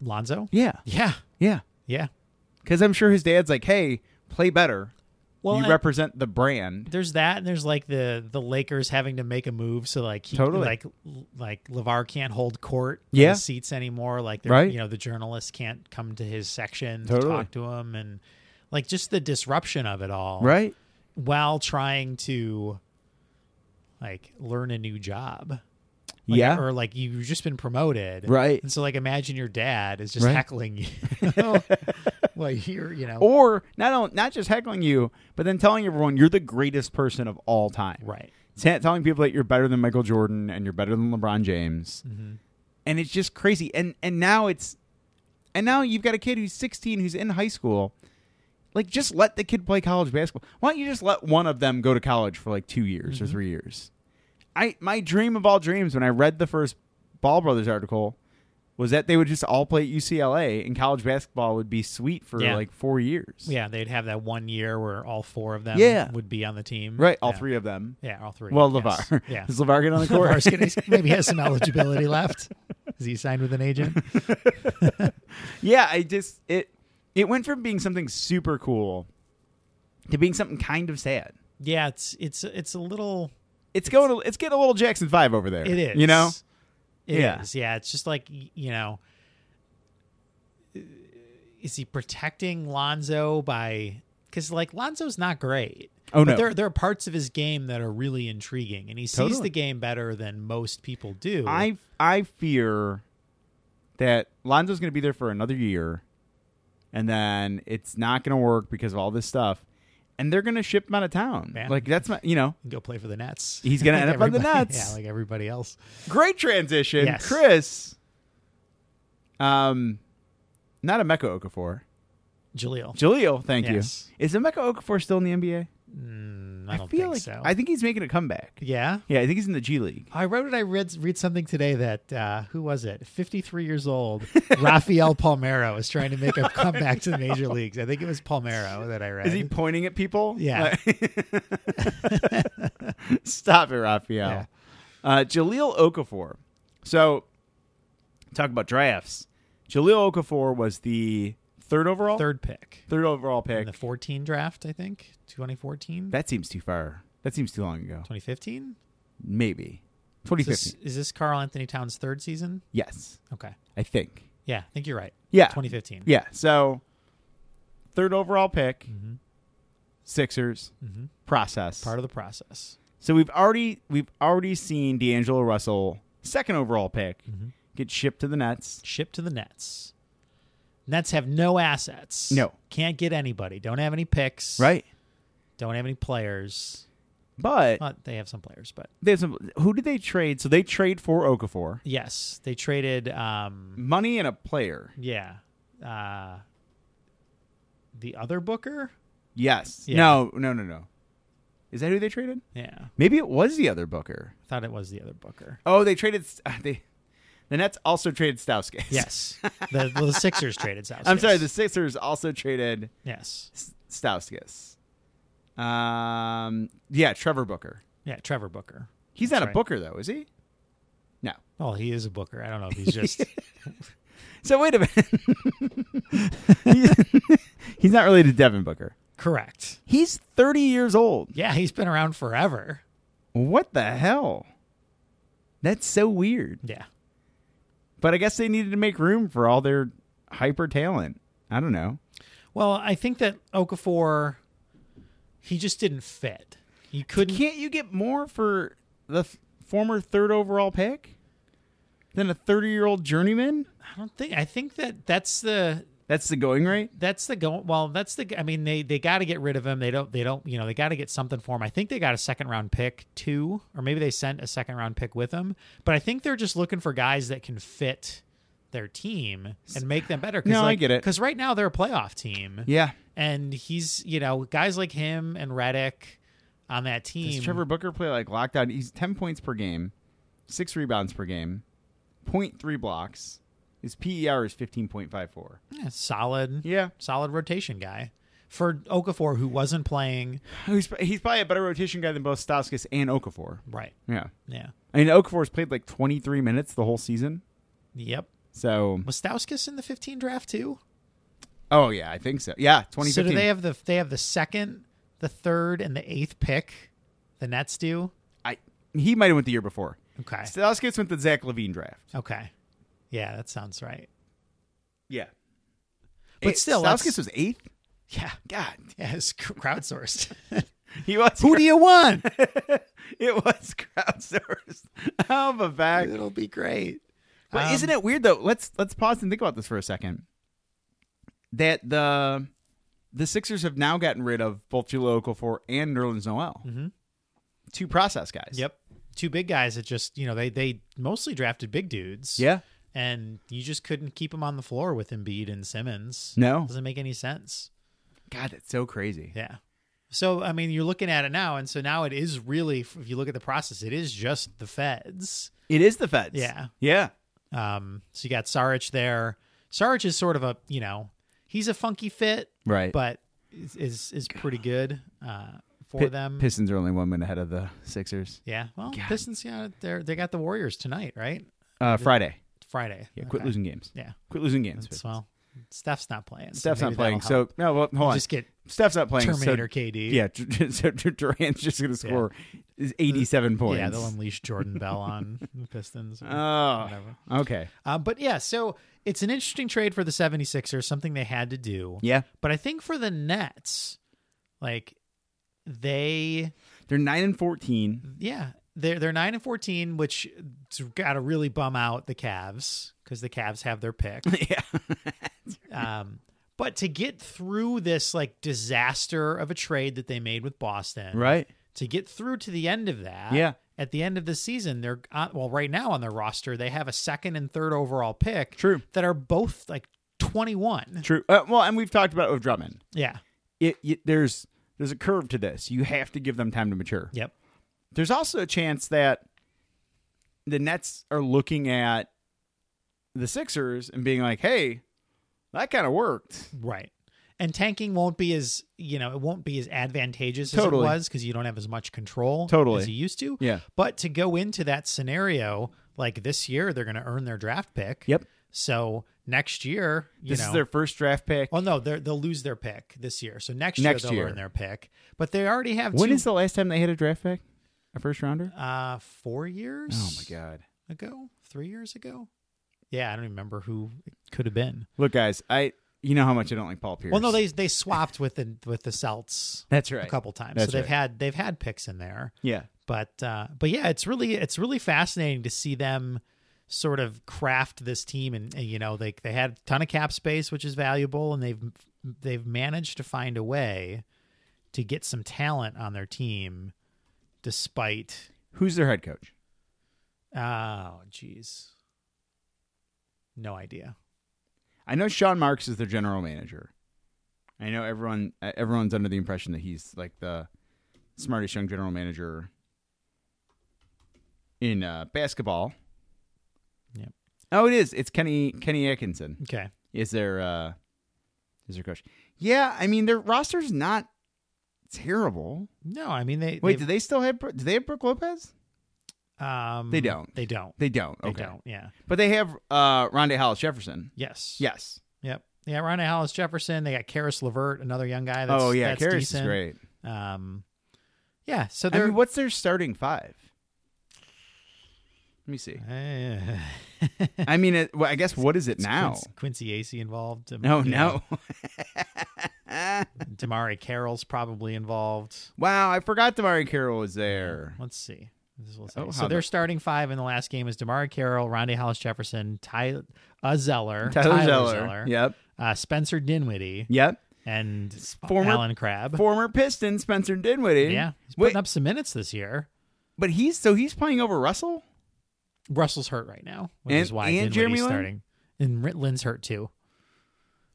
S2: Lonzo.
S1: Yeah.
S2: Yeah,
S1: Yeah.
S2: yeah.
S1: Because I'm sure his dad's like, "Hey, play better.
S2: Well,
S1: you
S2: and
S1: represent the brand."
S2: there's that, and there's like the the Lakers having to make a move, so like he,
S1: Totally.
S2: like l- like Levar can't hold court, in
S1: Yeah.
S2: the seats anymore. Like they're-
S1: Right.
S2: you know, the journalists can't come to his section to
S1: Totally.
S2: talk to him, and like just the disruption of it all,
S1: Right.
S2: While trying to like learn a new job. Like,
S1: yeah.
S2: Or like you've just been promoted.
S1: Right.
S2: And so like imagine your dad is just
S1: Right. Oh.
S2: heckling you. well, you're, you know.
S1: Or not on- not just heckling you, but then telling everyone you're the greatest person of all time.
S2: right.
S1: T- telling people that you're better than Michael Jordan and you're better than LeBron James.
S2: Mhm.
S1: And it's just crazy. And and now it's and now you've got a kid who's 16 who's in high school. Like just let the kid play college basketball. Why don't you just let one of them go to college for like 2 years
S2: Mm-hmm.
S1: or 3 years? I my dream of all dreams when I read the first Ball Brothers article was that they would just all play at UCLA and college basketball would be sweet for
S2: Yeah.
S1: like 4 years.
S2: Yeah, they'd have that one year where all four of them
S1: Yeah.
S2: would be on the team.
S1: Right, all
S2: Yeah.
S1: three of them.
S2: Yeah, all three.
S1: Well,
S2: yes.
S1: LeVar.
S2: Yeah.
S1: Does LeVar get on the court?
S2: LeVar's gonna- maybe has some eligibility left. Is he signed with an agent?
S1: yeah, I just it it went from being something super cool to being something kind of sad.
S2: Yeah, it's it's it's a little
S1: It's going to, it's getting a little Jackson 5 over there.
S2: It is.
S1: You know?
S2: It is.
S1: Yeah.
S2: yeah. It's just like, y- you know, uh, is he protecting Lonzo by. Because, like, Lonzo's not great.
S1: Oh,
S2: but
S1: no.
S2: There, there are parts of his game that are really intriguing, and he sees
S1: Totally.
S2: the game better than most people do.
S1: I I fear that Lonzo's going to be there for another year and then it's not going to work because of all this stuff and they're going to ship him out of town.
S2: Yeah.
S1: Like that's my, you know,
S2: Go play for the Nets.
S1: He's gonna
S2: Like
S1: end up on the
S2: everybody-
S1: Nets.
S2: Yeah, like everybody else.
S1: great transition.
S2: Yes.
S1: Chris um not a Mecca Okafor.
S2: Jaleel.
S1: Jaleel, thank
S2: Yes.
S1: you. Is Emeka Okafor still in the NBA?
S2: Mm, I don't
S1: feel
S2: think
S1: like
S2: so.
S1: I think he's making a comeback.
S2: yeah.
S1: Yeah, I think he's in the G League.
S2: I wrote it. I read read something today that uh, who was it? Fifty three years old, Rafael Palmero is trying to make a comeback to the major leagues. I think it was Palmero that I read.
S1: Is he pointing at people?
S2: Yeah.
S1: Stop it, Raphael.
S2: Yeah.
S1: Uh, Jaleel Okafor. So, talk about drafts. Jaleel Okafor was the third overall,
S2: Third pick
S1: third overall
S2: in
S1: pick.
S2: the fourteen draft, I think, 2014?
S1: that seems too far. That seems too long ago.
S2: 2015?
S1: Maybe
S2: Is
S1: 2015.
S2: this, is this Carl Anthony Towns' third season?
S1: yes,
S2: Okay,
S1: I think.
S2: yeah, I think you're right.
S1: Yeah,
S2: 2015.
S1: yeah. So, third overall pick, Sixers
S2: Mhm.
S1: process.
S2: Mm-hmm, Part of the process.
S1: So we've already we've already seen D'Angelo Russell, second overall pick, get shipped to the Nets.
S2: Shipped to the Nets. Nets have no assets.
S1: No.
S2: can't get anybody. Don't have any picks.
S1: Right.
S2: Don't have any players.
S1: But
S2: Well, Uh, they have some players, but
S1: there's some, who did they trade? So they trade for Okafor,
S2: Yes, they traded. Um,
S1: money and a player.
S2: yeah, uh, the other Booker.
S1: Yes.
S2: Yeah.
S1: No. No. No. No. Is that who they traded?
S2: Yeah, I
S1: Maybe it was the other Booker.
S2: thought it was the other Booker.
S1: Oh, they traded. Uh, they the Nets also traded Stauskas.
S2: Yes, the well, the Sixers traded South.
S1: I'm sorry. The Sixers also traded
S2: yes,
S1: S- Stauskas. Um. Yeah. Trevor Booker.
S2: yeah, Trevor Booker.
S1: He's
S2: That's
S1: not a
S2: right.
S1: Booker though, is he? No.
S2: Well, he is a Booker. I don't know if he's just
S1: So wait a minute. He's not related to Devin Booker.
S2: Correct.
S1: He's 30 years old.
S2: Yeah, he's been around forever.
S1: What the hell? That's so weird.
S2: Yeah.
S1: But I guess they needed to make room for all their hyper talent. I don't know.
S2: Well, I think that Okafor, he just didn't fit. He couldn't.
S1: Can't you get more for the f- former third overall pick than a 30 year old journeyman?
S2: I don't think. I think that that's the
S1: That's the going rate.
S2: that's the go. Well, that's the. I mean, they they got to get rid of him. They don't. They don't. You know, they got to get something for him. I think they got a second round pick too, or maybe they sent a second round pick with him. But I think they're just looking for guys that can fit their team and make them better.
S1: No, I get it.
S2: Because right now they're a playoff team,
S1: Yeah.
S2: and he's you know guys like him and Reddick on that
S1: Does
S2: team.
S1: Trevor Booker play like lockdown? He's 10 points per game, six rebounds per game, 0.3 blocks. His PER is 15.54.
S2: yeah, solid,
S1: Yeah.
S2: solid rotation guy for Okafor who wasn't playing.
S1: Oh, He's, he's probably a better rotation guy than both Stauskas and Okafor.
S2: Right.
S1: Yeah.
S2: Yeah.
S1: I mean, Okafor's played like 23 minutes the whole season.
S2: Yep.
S1: So,
S2: Was Stauskas in the 15 draft too?
S1: oh, yeah, I think so. Yeah, 2015.
S2: So do they have the they have the second, the third, and the eighth pick? The Nets do.
S1: I, he might have went the year before.
S2: Okay.
S1: Stauskas went the Zach Levine draft.
S2: Okay. Yeah, that sounds right.
S1: Yeah.
S2: But still, that's-
S1: Stauskas was eighth?
S2: Yeah.
S1: God.
S2: Yeah, it's cr- crowdsourced.
S1: He was.
S2: Who do you want?
S1: it was crowdsourced. I'm a back.
S2: It'll be great.
S1: But
S2: Um,
S1: isn't it weird though? Let's let's pause and think about this for a second. That the the Sixers have now gotten rid of both Julio Okafor and Nerlens Noel,
S2: Mhm.
S1: two process guys.
S2: Yep. Two big guys that just you know they they mostly drafted big dudes.
S1: Yeah.
S2: And you just couldn't keep them on the floor with Embiid and Simmons.
S1: No.
S2: Doesn't make any sense.
S1: God, that's so crazy.
S2: Yeah. So I mean, you're looking at it now, and so now it is really, if you look at the process, it is just the feds.
S1: It is the Feds.
S2: Yeah.
S1: Yeah.
S2: Um, so you got Saric there. Saric is sort of a, you know, he's a funky fit,
S1: Right.
S2: but is is, is pretty good uh, for
S1: Pi-
S2: them.
S1: Pistons are only one win ahead of the Sixers.
S2: yeah. Well,
S1: God.
S2: Pistons, yeah, they they got the Warriors tonight, right?
S1: Uh, Friday.
S2: Friday.
S1: Yeah. Quit
S2: Okay.
S1: losing games.
S2: Yeah.
S1: Quit losing games.
S2: That's, well, Steph's not playing. so
S1: Steph's
S2: maybe
S1: not playing.
S2: that'll help.
S1: So no. Well, hold on.
S2: just get
S1: Steph's not playing.
S2: Terminator
S1: So,
S2: KD.
S1: yeah. So Durant's just going to score is 87 points.
S2: Yeah, they'll unleash Jordan Bell on the Pistons. or
S1: Oh,
S2: whatever.
S1: okay.
S2: Um, but yeah, so it's an interesting trade for the 76ers, something they had to do.
S1: Yeah.
S2: But I think for the Nets, like they
S1: They're 9 and 14.
S2: yeah, they're they're nine and fourteen, which gotta really bum out the Cavs because the Cavs have their pick.
S1: yeah.
S2: um, but to get through this like disaster of a trade that they made with Boston,
S1: Right.
S2: to get through to the end of that.
S1: Yeah.
S2: At the end of the season, they're on, well right now on their roster they have a second and third overall pick
S1: True.
S2: that are both like twenty one.
S1: True. Uh, well, and we've talked about it with Drummond.
S2: Yeah.
S1: It, it- there's there's a curve to this. You have to give them time to mature.
S2: Yep.
S1: There's also a chance that the Nets are looking at the Sixers and being like, "Hey, that kind of worked."
S2: Right. And tanking won't be as you know it won't be as advantageous
S1: Totally.
S2: as it was because you don't have as much control
S1: Totally.
S2: as you used to.
S1: Yeah.
S2: But to go into that scenario, like this year, they're going to earn their draft pick.
S1: Yep.
S2: So next year, you
S1: This
S2: know,
S1: is their first draft pick.
S2: well, no, they're, they'll lose their pick this year. So next,
S1: Next
S2: year they'll
S1: year.
S2: earn their pick, but they already have
S1: When
S2: two,
S1: is the last time they hit a draft pick? A first rounder?
S2: uh four years.
S1: Oh my god.
S2: Ago, three years ago. Yeah, I don't remember who it could have been.
S1: Look, guys, I you know how much I don't like Paul Pierce.
S2: Well, no, they they swapped with the with the Celts.
S1: That's right.
S2: a couple times.
S1: That's
S2: so they've
S1: right.
S2: had they've had picks in there,
S1: Yeah.
S2: but uh, but yeah, it's really it's really fascinating to see them sort of craft this team, and, and, you know they they had a ton of cap space, which is valuable, and they've they've managed to find a way to get some talent on their team, despite
S1: Who's their head coach?
S2: oh jeez, no idea.
S1: I know Sean Marks is their general manager. I know everyone uh, everyone's under the impression that he's like the smartest young general manager in uh, basketball.
S2: Yep.
S1: Oh, it is. It's Kenny Kenny Atkinson
S2: Okay,
S1: is their uh, is their coach. Yeah, I mean their roster's not terrible.
S2: no, I mean they
S1: Wait,
S2: they've-
S1: do they still have Bro- do they have Brooke Lopez?
S2: Um,
S1: They don't.
S2: They don't.
S1: They don't.
S2: They
S1: Okay.
S2: don't. Yeah.
S1: But they have uh, Rondé Hollis Jefferson.
S2: Yes.
S1: Yes.
S2: Yep. Yeah. Ronnie Hollis Jefferson. They got Karis Levert, another young guy. That's,
S1: oh yeah,
S2: that's
S1: Karras is
S2: decent.
S1: great.
S2: Um, yeah. So
S1: I
S2: they're.
S1: mean, what's their starting five? Let me see. I mean, it, well, I guess what is it now?
S2: Quincy, Quincy Acey involved. Um,
S1: No,
S2: you
S1: no. no.
S2: know, Damari Carroll's probably involved.
S1: wow, I forgot Damari Carroll was there.
S2: Let's see. This will
S1: Oh,
S2: say.
S1: how
S2: so their
S1: the-
S2: starting five in the last game is Damari Carroll, Rondé Hollis Jefferson, Ty uh, Zeller,
S1: Tyler, Zeller. Yep.
S2: uh, Spencer Dinwiddie,
S1: Yep.
S2: and
S1: former-
S2: Alan Crabb.
S1: Former Piston Spencer Dinwiddie.
S2: yeah, he's
S1: Wait,
S2: putting up some minutes this year.
S1: but he's so he's playing over Russell.
S2: Russell's hurt right now, which
S1: And-
S2: is why
S1: and
S2: Dinwiddie's
S1: Jeremy Lin?
S2: starting. And Rit- Lin's hurt too.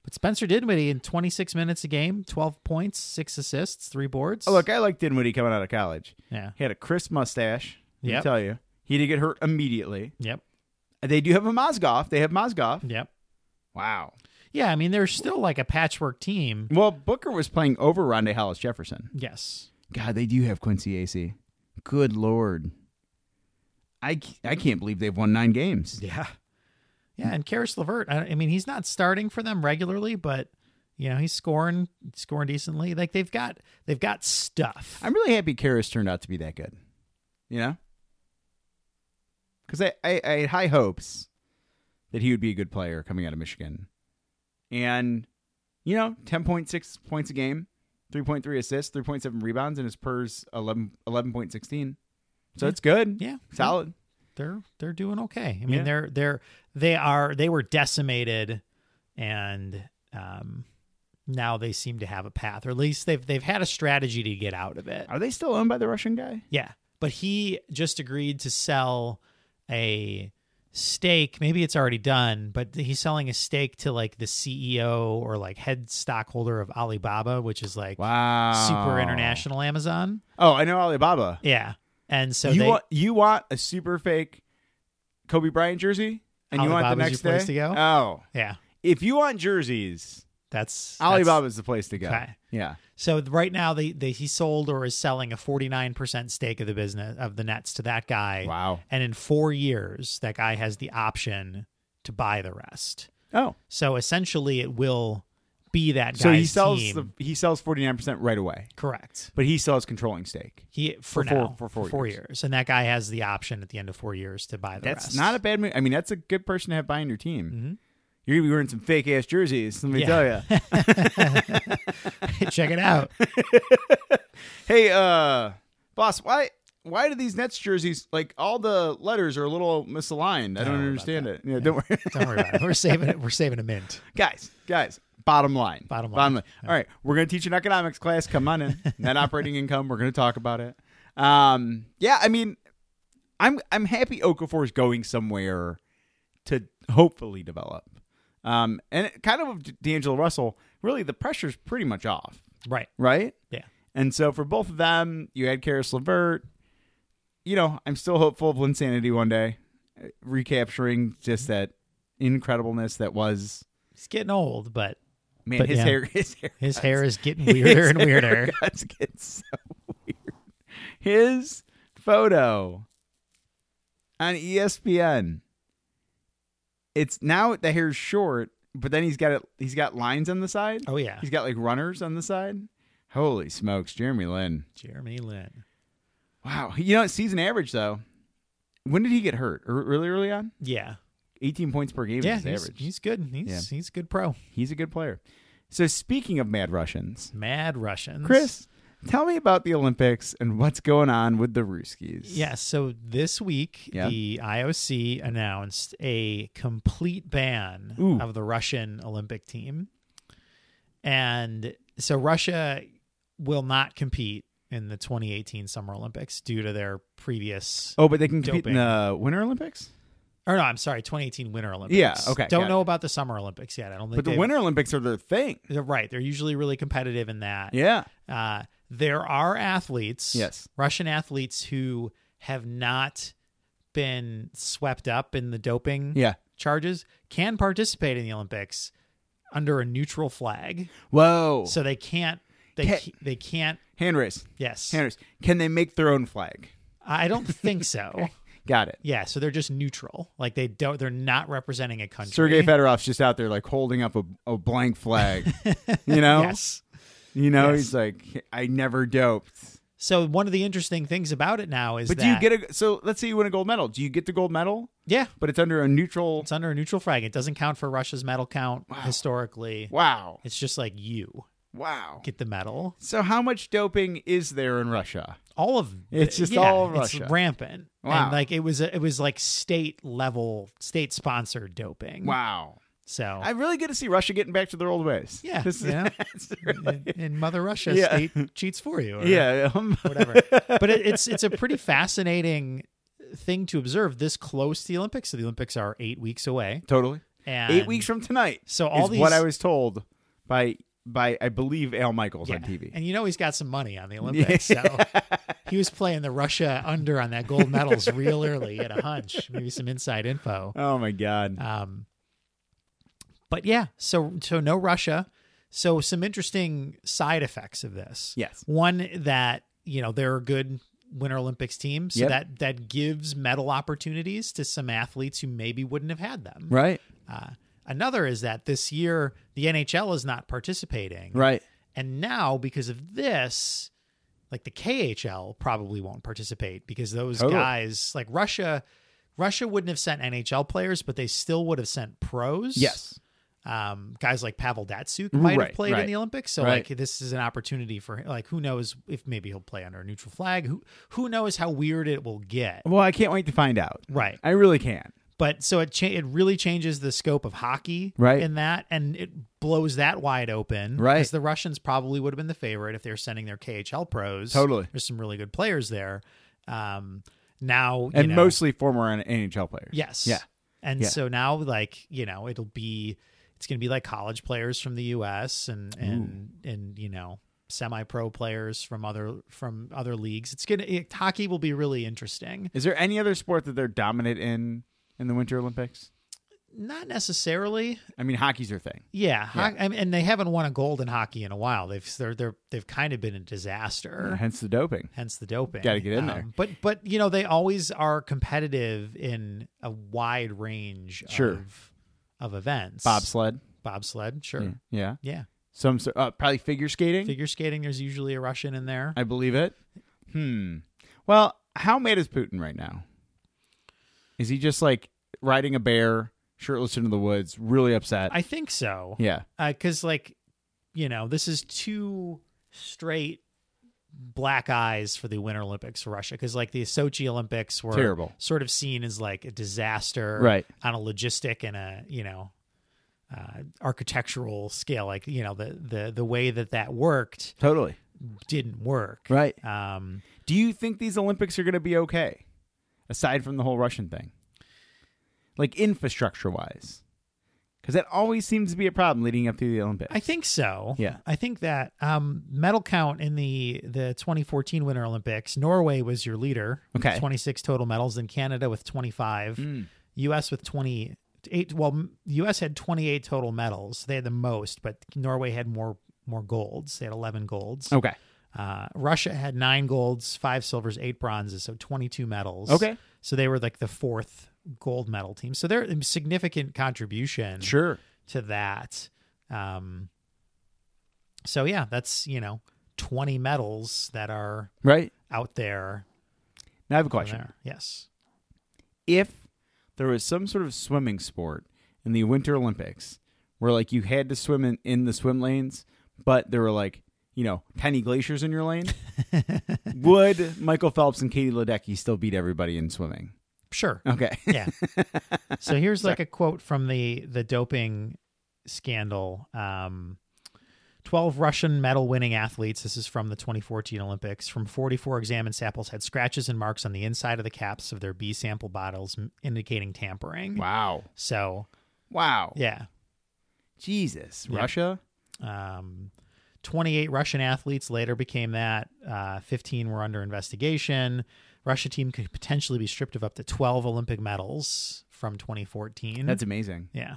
S2: But Spencer Dinwiddie in 26 minutes a game, 12 points, six assists, three boards.
S1: Oh, look, I like Dinwiddie coming out of college.
S2: yeah,
S1: He had a crisp mustache. Let me
S2: Yep.
S1: tell you, he did get hurt immediately.
S2: yep,
S1: They do have a Mozgov. They have Mozgov.
S2: yep.
S1: Wow.
S2: Yeah, I mean they're still like a patchwork team.
S1: Well, Booker was playing over Rondé Hollis Jefferson.
S2: Yes,
S1: God, they do have Quincy AC. Good lord. I, c- I can't believe they've won nine games.
S2: Yeah. Yeah, and Karis Levert, I, I mean, he's not starting for them regularly, but you know, he's scoring scoring decently. Like they've got they've got stuff.
S1: I'm really happy Karras turned out to be that good. You know? Because I, I, I had high hopes that he would be a good player coming out of Michigan. And, you know, 10.6 points a game, 3.3 assists, 3.7 rebounds, and his PERS 11, 11.16. So it's good.
S2: yeah.
S1: Solid.
S2: They're they're doing okay. I mean,
S1: Yeah.
S2: they're they're they are they were decimated and um now they seem to have a path, or at least they've they've had a strategy to get out of it.
S1: Are they still owned by the Russian guy?
S2: Yeah. But he just agreed to sell a stake. Maybe it's already done, but he's selling a stake to like the CEO or like head stockholder of Alibaba, which is like
S1: Wow.
S2: super international Amazon.
S1: Oh, I know Alibaba.
S2: Yeah. And so
S1: you
S2: they,
S1: want you want a super fake Kobe Bryant jersey, and you want the
S2: Alibaba's
S1: next
S2: your
S1: day.
S2: place to go?
S1: Oh,
S2: yeah,
S1: if you want jerseys,
S2: that's that's-
S1: Alibaba's the place to go.
S2: Okay.
S1: Yeah,
S2: So right now they, they he sold or is selling a 49% stake of the business of the Nets to that guy.
S1: wow.
S2: And in 4 years that guy has the option to buy the rest.
S1: Oh,
S2: So essentially, it will be that guy's
S1: so he sells
S2: team.
S1: the he sells forty nine percent right away,
S2: correct.
S1: but he sells controlling stake.
S2: He for,
S1: For four-
S2: now
S1: for four
S2: years.
S1: years.
S2: and that guy has the option at the end of four years to buy the
S1: That's
S2: rest. Mm-hmm.
S1: not a bad move. I mean, that's a good person to have buying your team. You're gonna be wearing some fake ass jerseys. Let me
S2: Yeah.
S1: tell you.
S2: check it out.
S1: hey, uh, boss, why why do these Nets jerseys like all the letters are a little misaligned? I
S2: Don't
S1: don't
S2: worry
S1: understand it. Yeah, don't worry.
S2: Don't worry about it. We're saving it. We're saving a mint.
S1: guys, guys. Bottom line.
S2: Bottom line.
S1: All right, we're gonna teach an economics class. Come on in. Net operating income. We're gonna talk about it. Um, yeah, I mean, I'm I'm happy Okafor is going somewhere to hopefully develop. Um, and it, kind of with D'Angelo Russell, really the pressure's pretty much off,
S2: Right.
S1: right?
S2: Yeah.
S1: And so for both of them, you had Karis Levert. You know, I'm still hopeful of Linsanity one day, uh, recapturing just that incredibleness that was
S2: He's getting old, but
S1: Man,
S2: But
S1: his
S2: yeah.
S1: hair, his hair,
S2: his hair is getting weirder and weirder.
S1: Guts get so weird. His photo on E ESPN. It's now the hair's short, but then he's got it. He's got lines on the side.
S2: Oh yeah,
S1: He's got like runners on the side. Holy smokes, Jeremy Lin!
S2: Jeremy Lin.
S1: Wow, you know season average though. When did he get hurt? Er- Really early on,
S2: Yeah.
S1: eighteen points per game
S2: Yeah.
S1: is his
S2: He's,
S1: average.
S2: he's good. He's he's a good pro.
S1: he's a good player. So speaking of Mad Russians,
S2: Mad Russians.
S1: Chris, tell me about the Olympics and what's going on with the Ruskies.
S2: Yeah, so this week
S1: Yeah.
S2: the IOC announced a complete ban
S1: Ooh.
S2: of the Russian Olympic team. And so Russia will not compete in the 2018 Summer Olympics due to their previous
S1: Oh, but they can compete
S2: Doping.
S1: in the Winter Olympics?
S2: or no, I'm sorry, 2018 Winter Olympics.
S1: okay,
S2: Don't
S1: got
S2: know about the Summer Olympics yet. I don't think
S1: But the
S2: they've-
S1: Winter Olympics are their thing.
S2: they're right. They're usually really competitive in that.
S1: Yeah.
S2: Uh, there are athletes,
S1: Yes.
S2: Russian athletes who have not been swept up in the doping
S1: Yeah.
S2: charges can participate in the Olympics under a neutral flag,
S1: Whoa.
S2: so they can't. They
S1: Ca-
S2: ca- they can't.
S1: hand raise.
S2: Yes,
S1: Hand raise. Can they make their own flag?
S2: I don't think so.
S1: Got it.
S2: Yeah, so they're just neutral. Like they don't they're not representing a country.
S1: Sergey Fedorov's just out there like holding up a, a blank flag. you know?
S2: Yes.
S1: You know,
S2: Yes.
S1: he's like, I never doped.
S2: So one of the interesting things about it now is
S1: But
S2: that
S1: do you get a so let's say you win a gold medal. Do you get the gold medal?
S2: Yeah,
S1: But it's under a neutral
S2: it's under a neutral flag. It doesn't count for Russia's medal count historically.
S1: Wow.
S2: It's just like you
S1: Wow.
S2: get the medal.
S1: So how much doping is there in Russia?
S2: All of
S1: It's just
S2: yeah,
S1: all Russia.
S2: It's rampant.
S1: Wow.
S2: And like it was it was like state level state sponsored doping.
S1: Wow.
S2: So
S1: I'm really good to see Russia getting back to their old ways.
S2: Yeah,
S1: This is-
S2: you know?
S1: it's really-
S2: and, and Mother Russia
S1: Yeah.
S2: state cheats for you. or
S1: yeah. um,
S2: whatever. but it, it's it's a pretty fascinating thing to observe this close to the Olympics. So the Olympics are eight weeks away.
S1: totally.
S2: And
S1: Eight weeks from tonight.
S2: So all
S1: is
S2: these
S1: what I was told by by I believe Al Michaels
S2: yeah.
S1: on TV.
S2: And you know he's got some money on the Olympics, so he was playing the Russia under on that gold medals real early at a hunch. Maybe some inside info.
S1: Oh my god.
S2: Um, but yeah, so so no Russia. So some interesting side effects of this.
S1: Yes.
S2: One that you know there are good Winter Olympics teams. So
S1: Yep.
S2: that that gives medal opportunities to some athletes who maybe wouldn't have had them.
S1: Right.
S2: Uh, another is that this year the NHL is not participating,
S1: Right.
S2: and now because of this. Like the KHL probably won't participate because those
S1: Totally.
S2: guys, like Russia, Russia wouldn't have sent NHL players, but they still would have sent pros
S1: Yes.
S2: um, guys like Pavel Datsuk might
S1: Right,
S2: have played
S1: right.
S2: in the Olympics. So
S1: Right.
S2: like this is an opportunity for him. Like who knows if maybe he'll play under a neutral flag. Who who knows how weird it will get.
S1: Well, I can't wait to find out.
S2: Right.
S1: I really can.
S2: But so it cha- it really changes the scope of hockey
S1: Right.
S2: in that and it blows that wide open.
S1: Right.
S2: Because the Russians probably would have been the favorite if they're sending their KHL pros.
S1: Totally.
S2: There's some really good players there. Um now you
S1: And
S2: know-
S1: mostly former N- NHL players.
S2: Yes.
S1: Yeah.
S2: And
S1: Yeah.
S2: so now, like you know, it'll be it's going to be like college players from the U.S. and and and you know semi-pro players from other from other leagues. It's gonna it, hockey will be really interesting.
S1: Is there any other sport that they're dominant in in the Winter Olympics?
S2: Not necessarily,
S1: I mean, hockey's their thing.
S2: yeah. Hoc- I mean, and they haven't won a gold in hockey in a while. They've they're, they're they've kind of been a disaster.
S1: Hence the doping.
S2: Hence the doping.
S1: Mm-hmm.
S2: Um,
S1: Gotta get in there.
S2: But but you know they always are competitive in a wide range
S1: Sure.
S2: of of events.
S1: Bobsled.
S2: bobsled, sure.
S1: Yeah. Yeah.
S2: Yeah.
S1: Some so- uh, probably figure skating.
S2: Figure skating, there's usually a Russian in there.
S1: I believe it. Hmm. Well, how mad is Putin right now? Is he just like riding a bear, shirtless into the woods, really upset?
S2: I think so.
S1: yeah.
S2: Because, Uh, like, you know, this is two straight black eyes for the Winter Olympics for Russia. Because, like, the Sochi Olympics were
S1: Terrible.
S2: sort of seen as like a disaster
S1: Right.
S2: on a logistic and a, you know, uh, architectural scale, like you know the the the way that that worked
S1: Totally.
S2: didn't work.
S1: Right.
S2: Um,
S1: Do you think these Olympics are going to be okay? Aside from the whole Russian thing, like infrastructure wise, because that always seems to be a problem leading up to the Olympics.
S2: I think so.
S1: Yeah.
S2: I think that um, medal count in the the 2014 Winter Olympics, Norway was your leader. with
S1: Okay. Mm.
S2: 26 total medals, then Canada with 25, U.S. with 28. Well, m- U.S. had 28 total medals. They had the most, but Norway had more more golds. They had 11 golds.
S1: Okay.
S2: Uh, Russia had nine golds, five silvers, eight bronzes, so 22 medals.
S1: Okay.
S2: So they were like the fourth gold medal team. So they're a significant contribution
S1: Sure.
S2: to that. Um, so yeah, that's you know twenty medals that are
S1: Right.
S2: out there.
S1: Now I have a
S2: from
S1: question.
S2: there. Yes.
S1: if there was some sort of swimming sport in the Winter Olympics where like you had to swim in, in the swim lanes, but there were like, you know, tiny glaciers in your lane, would Michael Phelps and Katie Ledecky still beat everybody in swimming?
S2: Sure.
S1: Okay.
S2: Yeah. so here's like a quote from the the doping scandal. Um, 12 Russian medal winning athletes, this is from the 2014 Olympics, from 44 examined samples had scratches and marks on the inside of the caps of their B sample bottles, m- indicating tampering.
S1: Wow.
S2: So,
S1: Wow.
S2: yeah,
S1: Jesus.
S2: Yeah.
S1: Russia?
S2: Um, 28 Russian athletes later became that. Uh, 15 were under investigation. Russia team could potentially be stripped of up to 12 Olympic medals from 2014.
S1: That's amazing.
S2: yeah.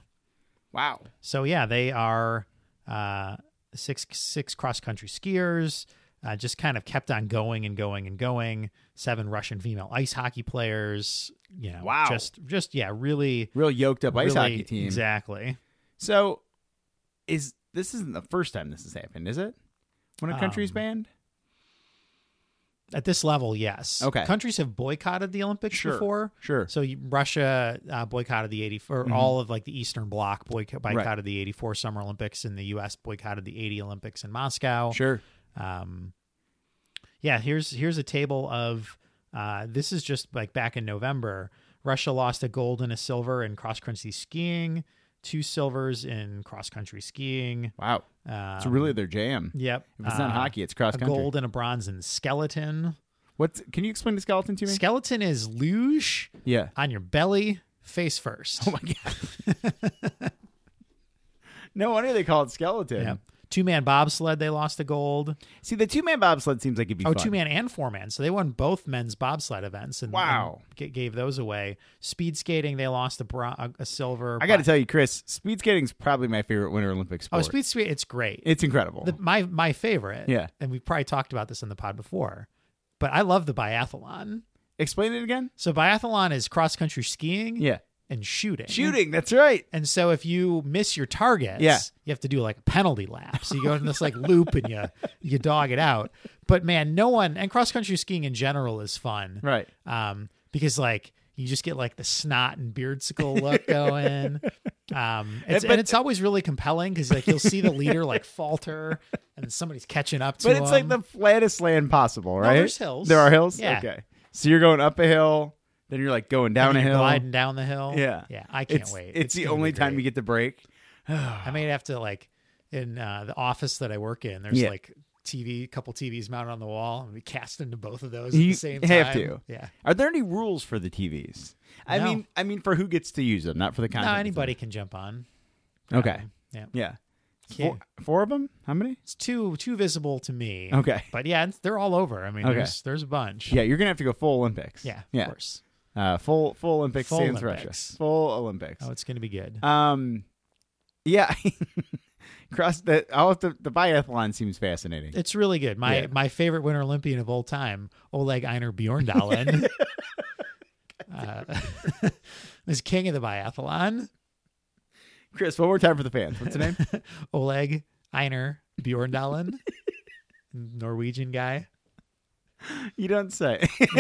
S1: Wow.
S2: So yeah, they are uh, six six cross country skiers, uh, just kind of kept on going and going and going. Seven Russian female ice hockey players. You know,
S1: Wow.
S2: Just, just yeah, really.
S1: Real yoked up ice
S2: really-
S1: hockey team.
S2: Exactly.
S1: So, is this isn't the first time this has happened, is it? When a country's
S2: Um,
S1: banned?
S2: At this level, yes.
S1: Okay.
S2: Countries have boycotted the Olympics
S1: Sure.
S2: before.
S1: Sure.
S2: So you- Russia uh, boycotted the 84, or
S1: Mhm.
S2: all of like the Eastern Bloc boycott,
S1: Right.
S2: boycotted the 84 Summer Olympics and the U.S. boycotted the 80 Olympics in Moscow.
S1: Sure.
S2: Um, yeah, here's here's a table of uh, this is just like back in November. Russia lost a gold and a silver in cross country skiing, two silvers in cross country skiing.
S1: Wow.
S2: Um,
S1: It's really their jam.
S2: yep.
S1: If it's not
S2: uh,
S1: hockey, it's cross
S2: a
S1: country.
S2: gold and a bronze in skeleton.
S1: What's can you explain the skeleton to me?
S2: Skeleton is luge
S1: yeah.
S2: on your belly, face first.
S1: Oh my god. no wonder they call it skeleton.
S2: Yeah. Two man Mm. bobsled, they lost the gold.
S1: See, the two man bobsled seems like it'd be
S2: Oh,
S1: fun.
S2: two man and four man. So they won both men's bobsled events. And,
S1: Wow.
S2: and g- gave those away. Speed skating, they lost a, bron- a, a silver.
S1: I got to tell you, Chris, speed skating's probably my favorite Winter Olympic sport.
S2: Oh, speed skate, it's great.
S1: it's incredible.
S2: the, my my favorite.
S1: Yeah.
S2: And we've probably talked about this in the pod before, but I love the biathlon.
S1: Explain it again.
S2: So biathlon is cross country skiing
S1: Yeah,
S2: and shooting.
S1: shooting. That's right.
S2: And so if you miss your targets,
S1: Yeah.
S2: you have to do like a penalty lap. So you go in this like loop and you you dog it out. But man, no one and cross country skiing in general is fun.
S1: Right.
S2: Um because like you just get like the snot and beardsicle look going. Um it's,
S1: but-
S2: and it's always really compelling cuz like you'll see the leader like falter and somebody's catching up to
S1: But it's like
S2: him.
S1: the flattest land possible, right?
S2: there's hills.
S1: There are um, hills.
S2: Yeah.
S1: Okay. So you're going up a hill, then you're like going down
S2: And
S1: a
S2: you're
S1: hill.
S2: gliding down the hill.
S1: Yeah.
S2: Yeah, I can't
S1: It's,
S2: wait.
S1: It's, the only time
S2: you
S1: you get the break.
S2: I may have to like in uh, the office that I work in. There's
S1: Yeah.
S2: like TV, couple TVs mounted on the wall, and we cast into both of those at
S1: You
S2: the same time.
S1: have to.
S2: Yeah.
S1: Are there any rules for the TVs? I
S2: No.
S1: mean, I mean for who gets to use them, not for the
S2: No,
S1: content.
S2: anybody can jump on.
S1: Okay.
S2: Yeah.
S1: Yeah.
S2: Can't-
S1: Four, four of them? How many?
S2: It's too too visible to me.
S1: Okay.
S2: But yeah, it's, they're all over. I mean,
S1: Okay.
S2: there's there's a bunch.
S1: Yeah, you're gonna have to go full Olympics.
S2: Yeah. Of
S1: yeah.
S2: course.
S1: Uh, full full Olympics
S2: Full
S1: stands
S2: Olympics.
S1: Russia. Full Olympics.
S2: Oh, it's gonna be good.
S1: Um, yeah, cross the all of the, the biathlon seems fascinating.
S2: it's really good. My
S1: yeah.
S2: my favorite Winter Olympian of all time, Oleg Einar Bjorndalen. uh, is king of the biathlon.
S1: Chris, one more time for the fans. What's the name?
S2: Oleg Einar Bjorndalen, Norwegian guy.
S1: you don't say.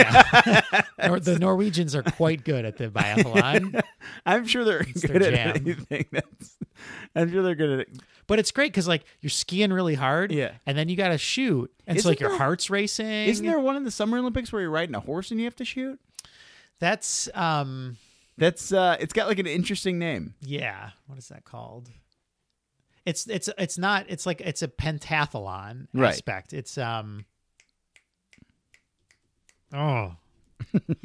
S2: Nor- the Norwegians are quite good at the biathlon,
S1: I'm sure they're
S2: their
S1: good at
S2: jam.
S1: anything. That's, I'm sure they're good at it.
S2: but it's great because like you're skiing really hard,
S1: Yeah.
S2: and then you got to shoot, and so
S1: Isn't
S2: like your
S1: there-
S2: heart's racing.
S1: Isn't there one in the Summer Olympics where you're riding a horse and you have to shoot?
S2: That's um,
S1: That's uh, it's got like an interesting name.
S2: yeah. What is that called? It's it's it's not. It's like it's a pentathlon
S1: Right.
S2: aspect. It's um. Oh,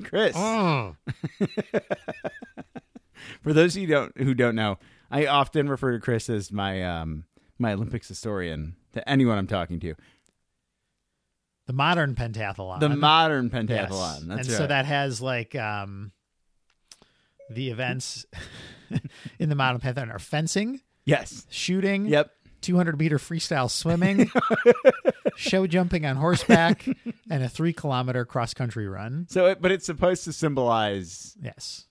S1: Chris,
S2: oh,
S1: for those of you don't who don't know, I often refer to Chris as my um my Olympics historian to anyone I'm talking to.
S2: the modern pentathlon.
S1: The modern
S2: Yes.
S1: pentathlon. That's
S2: and
S1: right.
S2: so that has like um, the events in the modern pentathlon are fencing,
S1: yes.
S2: shooting,
S1: Yep.
S2: 200 meter freestyle swimming, show jumping on horseback, and a three kilometer cross country run.
S1: So, it, but it's supposed to symbolize
S2: Yes.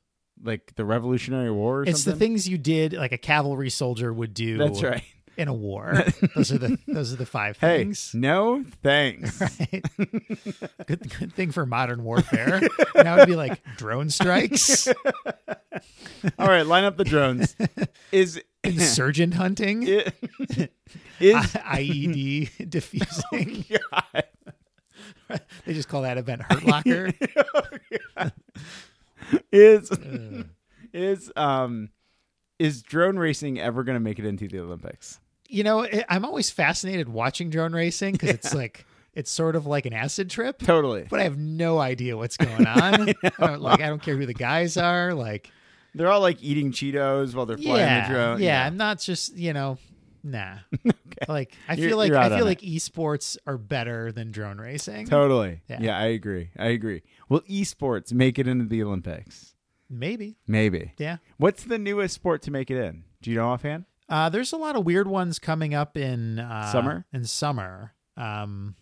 S1: like the Revolutionary War. Or
S2: It's the
S1: something?
S2: things you did like a cavalry soldier would do
S1: That's right.
S2: in a war. those are the those are the five
S1: Hey,
S2: things.
S1: no thanks.
S2: Right? good, good thing for modern warfare. now it'd be like drone strikes,
S1: All right, line up the drones. Is
S2: insurgent hunting.
S1: is is
S2: IED E diffusing.
S1: Oh, God.
S2: they just call that event Hurt Locker.
S1: is
S2: Ugh.
S1: is um is drone racing ever going to make it into the Olympics?
S2: you know, it, I'm always fascinated watching drone racing because it's like it's sort of like an acid trip,
S1: Totally.
S2: but I have no idea what's going on. I don't, like I don't care who the guys are. Like,
S1: They're all like eating Cheetos while they're flying
S2: yeah,
S1: the drone.
S2: yeah, I'm not just you know. Nah, like I
S1: You're-
S2: feel like
S1: you're
S2: I
S1: out
S2: feel
S1: on
S2: like esports are better than drone racing.
S1: Totally.
S2: Yeah.
S1: yeah, I agree. I agree. Will esports make it into the Olympics?
S2: Maybe,
S1: Maybe.
S2: yeah.
S1: What's the newest sport to make it in? Do you know offhand?
S2: Uh, there's a lot of weird ones coming up in uh,
S1: Summer?
S2: In summer, um,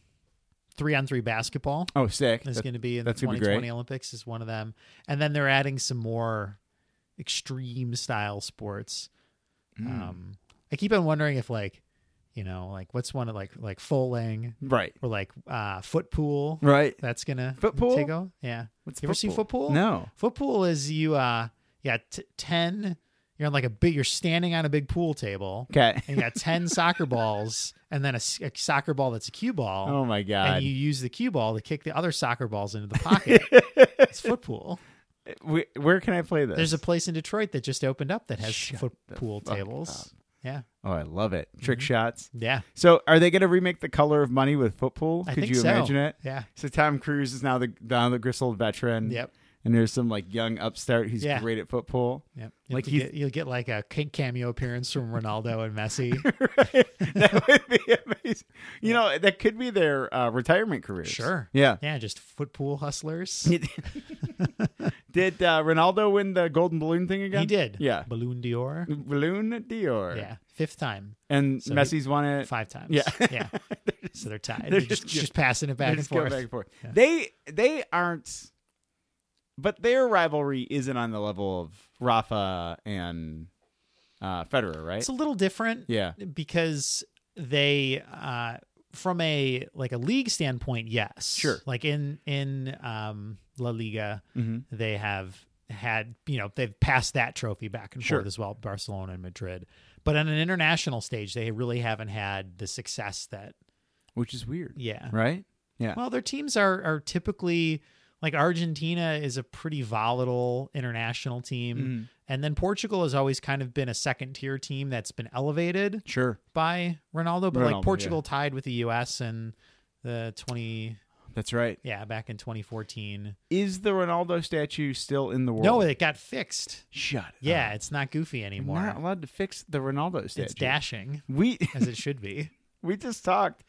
S2: three on three basketball
S1: Oh, sick.
S2: is
S1: That-
S2: going to be in the
S1: that's gonna be great.
S2: 2020 Olympics is one of them, and then they're adding some more extreme style sports.
S1: Mm.
S2: Um, I keep on wondering if like, you know, like what's one of like like foaling
S1: right.
S2: or like uh, foot pool.
S1: Right.
S2: That's gonna
S1: Foot pool?
S2: take o- Yeah,
S1: What's
S2: you ever see foot pool?
S1: No.
S2: foot pool is you uh yeah t- ten. You're on like a big. You're standing on a big pool table.
S1: Okay.
S2: and you got 10 soccer balls and then a, s- a soccer ball that's a cue ball
S1: Oh my god.
S2: and you use the cue ball to kick the other soccer balls into the pocket it's foot pool
S1: Wh- Where can I play this?
S2: there's a place in detroit that just opened up that has
S1: Shut
S2: foot
S1: the
S2: pool
S1: fuck
S2: tables
S1: up.
S2: yeah
S1: Oh, I love it.
S2: Mm-hmm.
S1: Trick shots.
S2: yeah
S1: So, are they going to remake the color of money with football?
S2: I
S1: Could
S2: think
S1: you
S2: so.
S1: imagine it?
S2: yeah
S1: So Tom Cruise is now the now the grizzled veteran.
S2: yep
S1: And there's some like young upstart who's
S2: Yeah.
S1: great at football.
S2: yep you'll,
S1: Like
S2: like
S1: he's-
S2: get, you'll get like a ca- cameo appearance from ronaldo and messi
S1: that would be amazing. You know, that could be their uh, retirement careers.
S2: Sure.
S1: Yeah.
S2: yeah just foot pool hustlers
S1: Did uh, Ronaldo win the golden balloon thing again?
S2: he did
S1: Yeah.
S2: balloon dior
S1: Balloon Dior.
S2: yeah fifth time
S1: And
S2: So he-
S1: Messi's won it.
S2: five times
S1: Uh, Yeah.
S2: yeah so they're tied
S1: they're
S2: they're, just,
S1: just-
S2: just passing it back
S1: They
S2: and
S1: just go
S2: forth
S1: back and forth.
S2: Yeah.
S1: They they aren't, but their rivalry isn't on the level of Rafa and uh, Federer, right?
S2: it's a little different
S1: yeah,
S2: because they uh from a like a league standpoint yes
S1: Sure.
S2: like in in um la liga
S1: mm-hmm.
S2: they have had you know they've passed that trophy back and
S1: Sure.
S2: forth as well barcelona and madrid but on an international stage they really haven't had the success that
S1: which is weird,
S2: yeah
S1: right? Yeah,
S2: well their teams are are typically like argentina is a pretty volatile international team
S1: Mhm.
S2: and then portugal has always kind of been a second tier team that's been elevated
S1: sure.
S2: by Ronaldo, but
S1: Ronaldo, yeah.
S2: like Portugal tied with the U.S. in the twenty,
S1: That's right.
S2: yeah, back in twenty fourteen.
S1: Is the Ronaldo statue still in the world?
S2: No, it got fixed.
S1: shut. up.
S2: Yeah, it's not goofy
S1: We're
S2: anymore.
S1: Uh, not allowed to fix the Ronaldo statue.
S2: it's dashing
S1: we
S2: as it should be.
S1: we just talked.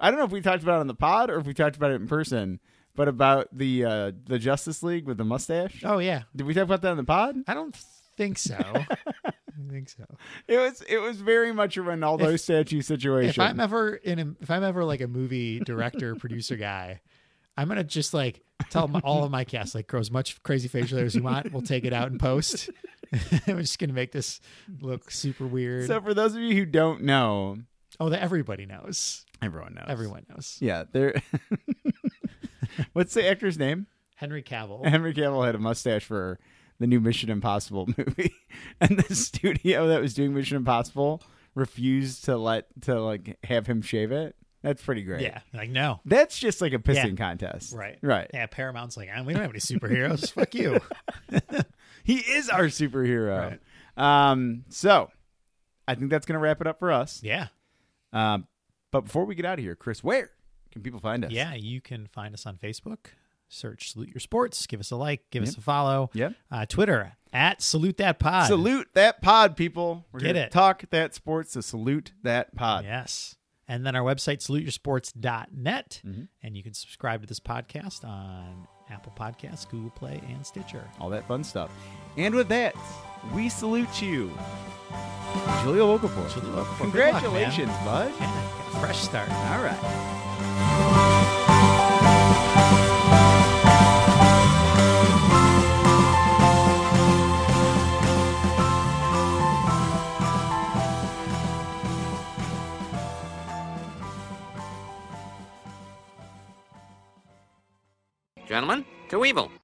S1: I don't know if we talked about it on the pod or if we talked about it in person, but about the uh, the Justice League with the mustache.
S2: Oh yeah,
S1: Did we talk about that on the pod?
S2: I don't think so. I don't think so.
S1: It was it was very much a Ronaldo
S2: If-
S1: statue situation.
S2: If I'm ever in, a, if I'm ever like a movie director, producer guy, I'm gonna just like tell my, all of my cast like grow as much crazy facial hair as you want. We'll take it out in post. We're just gonna make this look super weird.
S1: so for those of you who don't know,
S2: oh, that everybody knows.
S1: everyone knows.
S2: Everyone knows.
S1: Yeah, there. What's the actor's name?
S2: Henry Cavill.
S1: Henry Cavill had a mustache for the new Mission Impossible movie, and the studio that was doing Mission Impossible refused to let to like have him shave it. That's pretty great.
S2: Yeah. Like, no.
S1: That's just like a pissing
S2: Yeah.
S1: contest.
S2: Right.
S1: Right.
S2: Yeah, Paramount's like, "Ah, we don't have any superheroes. Fuck you.
S1: He is our superhero. Um, so I think that's gonna wrap it up for us.
S2: Yeah.
S1: Um, but before we get out of here, Chris, where can people find us?
S2: Yeah. You can find us on Facebook. Search Salute Your Sports. Give us a like. Give us a follow.
S1: Yep.
S2: Uh, Twitter at Salute That Pod.
S1: Salute that pod, people. We're
S2: Get
S1: gonna
S2: it.
S1: Talk that sports. So salute that pod.
S2: Yes. And then our website, saluteyoursports.net. And you can subscribe to this podcast on Apple Podcasts, Google Play, and Stitcher.
S1: All that fun stuff. And with that, we salute you, Julia Okafor.
S2: Julia Okafor.
S1: Congratulations, bud.
S2: Yeah, got a fresh start.
S1: All right.
S3: Gentlemen, to evil.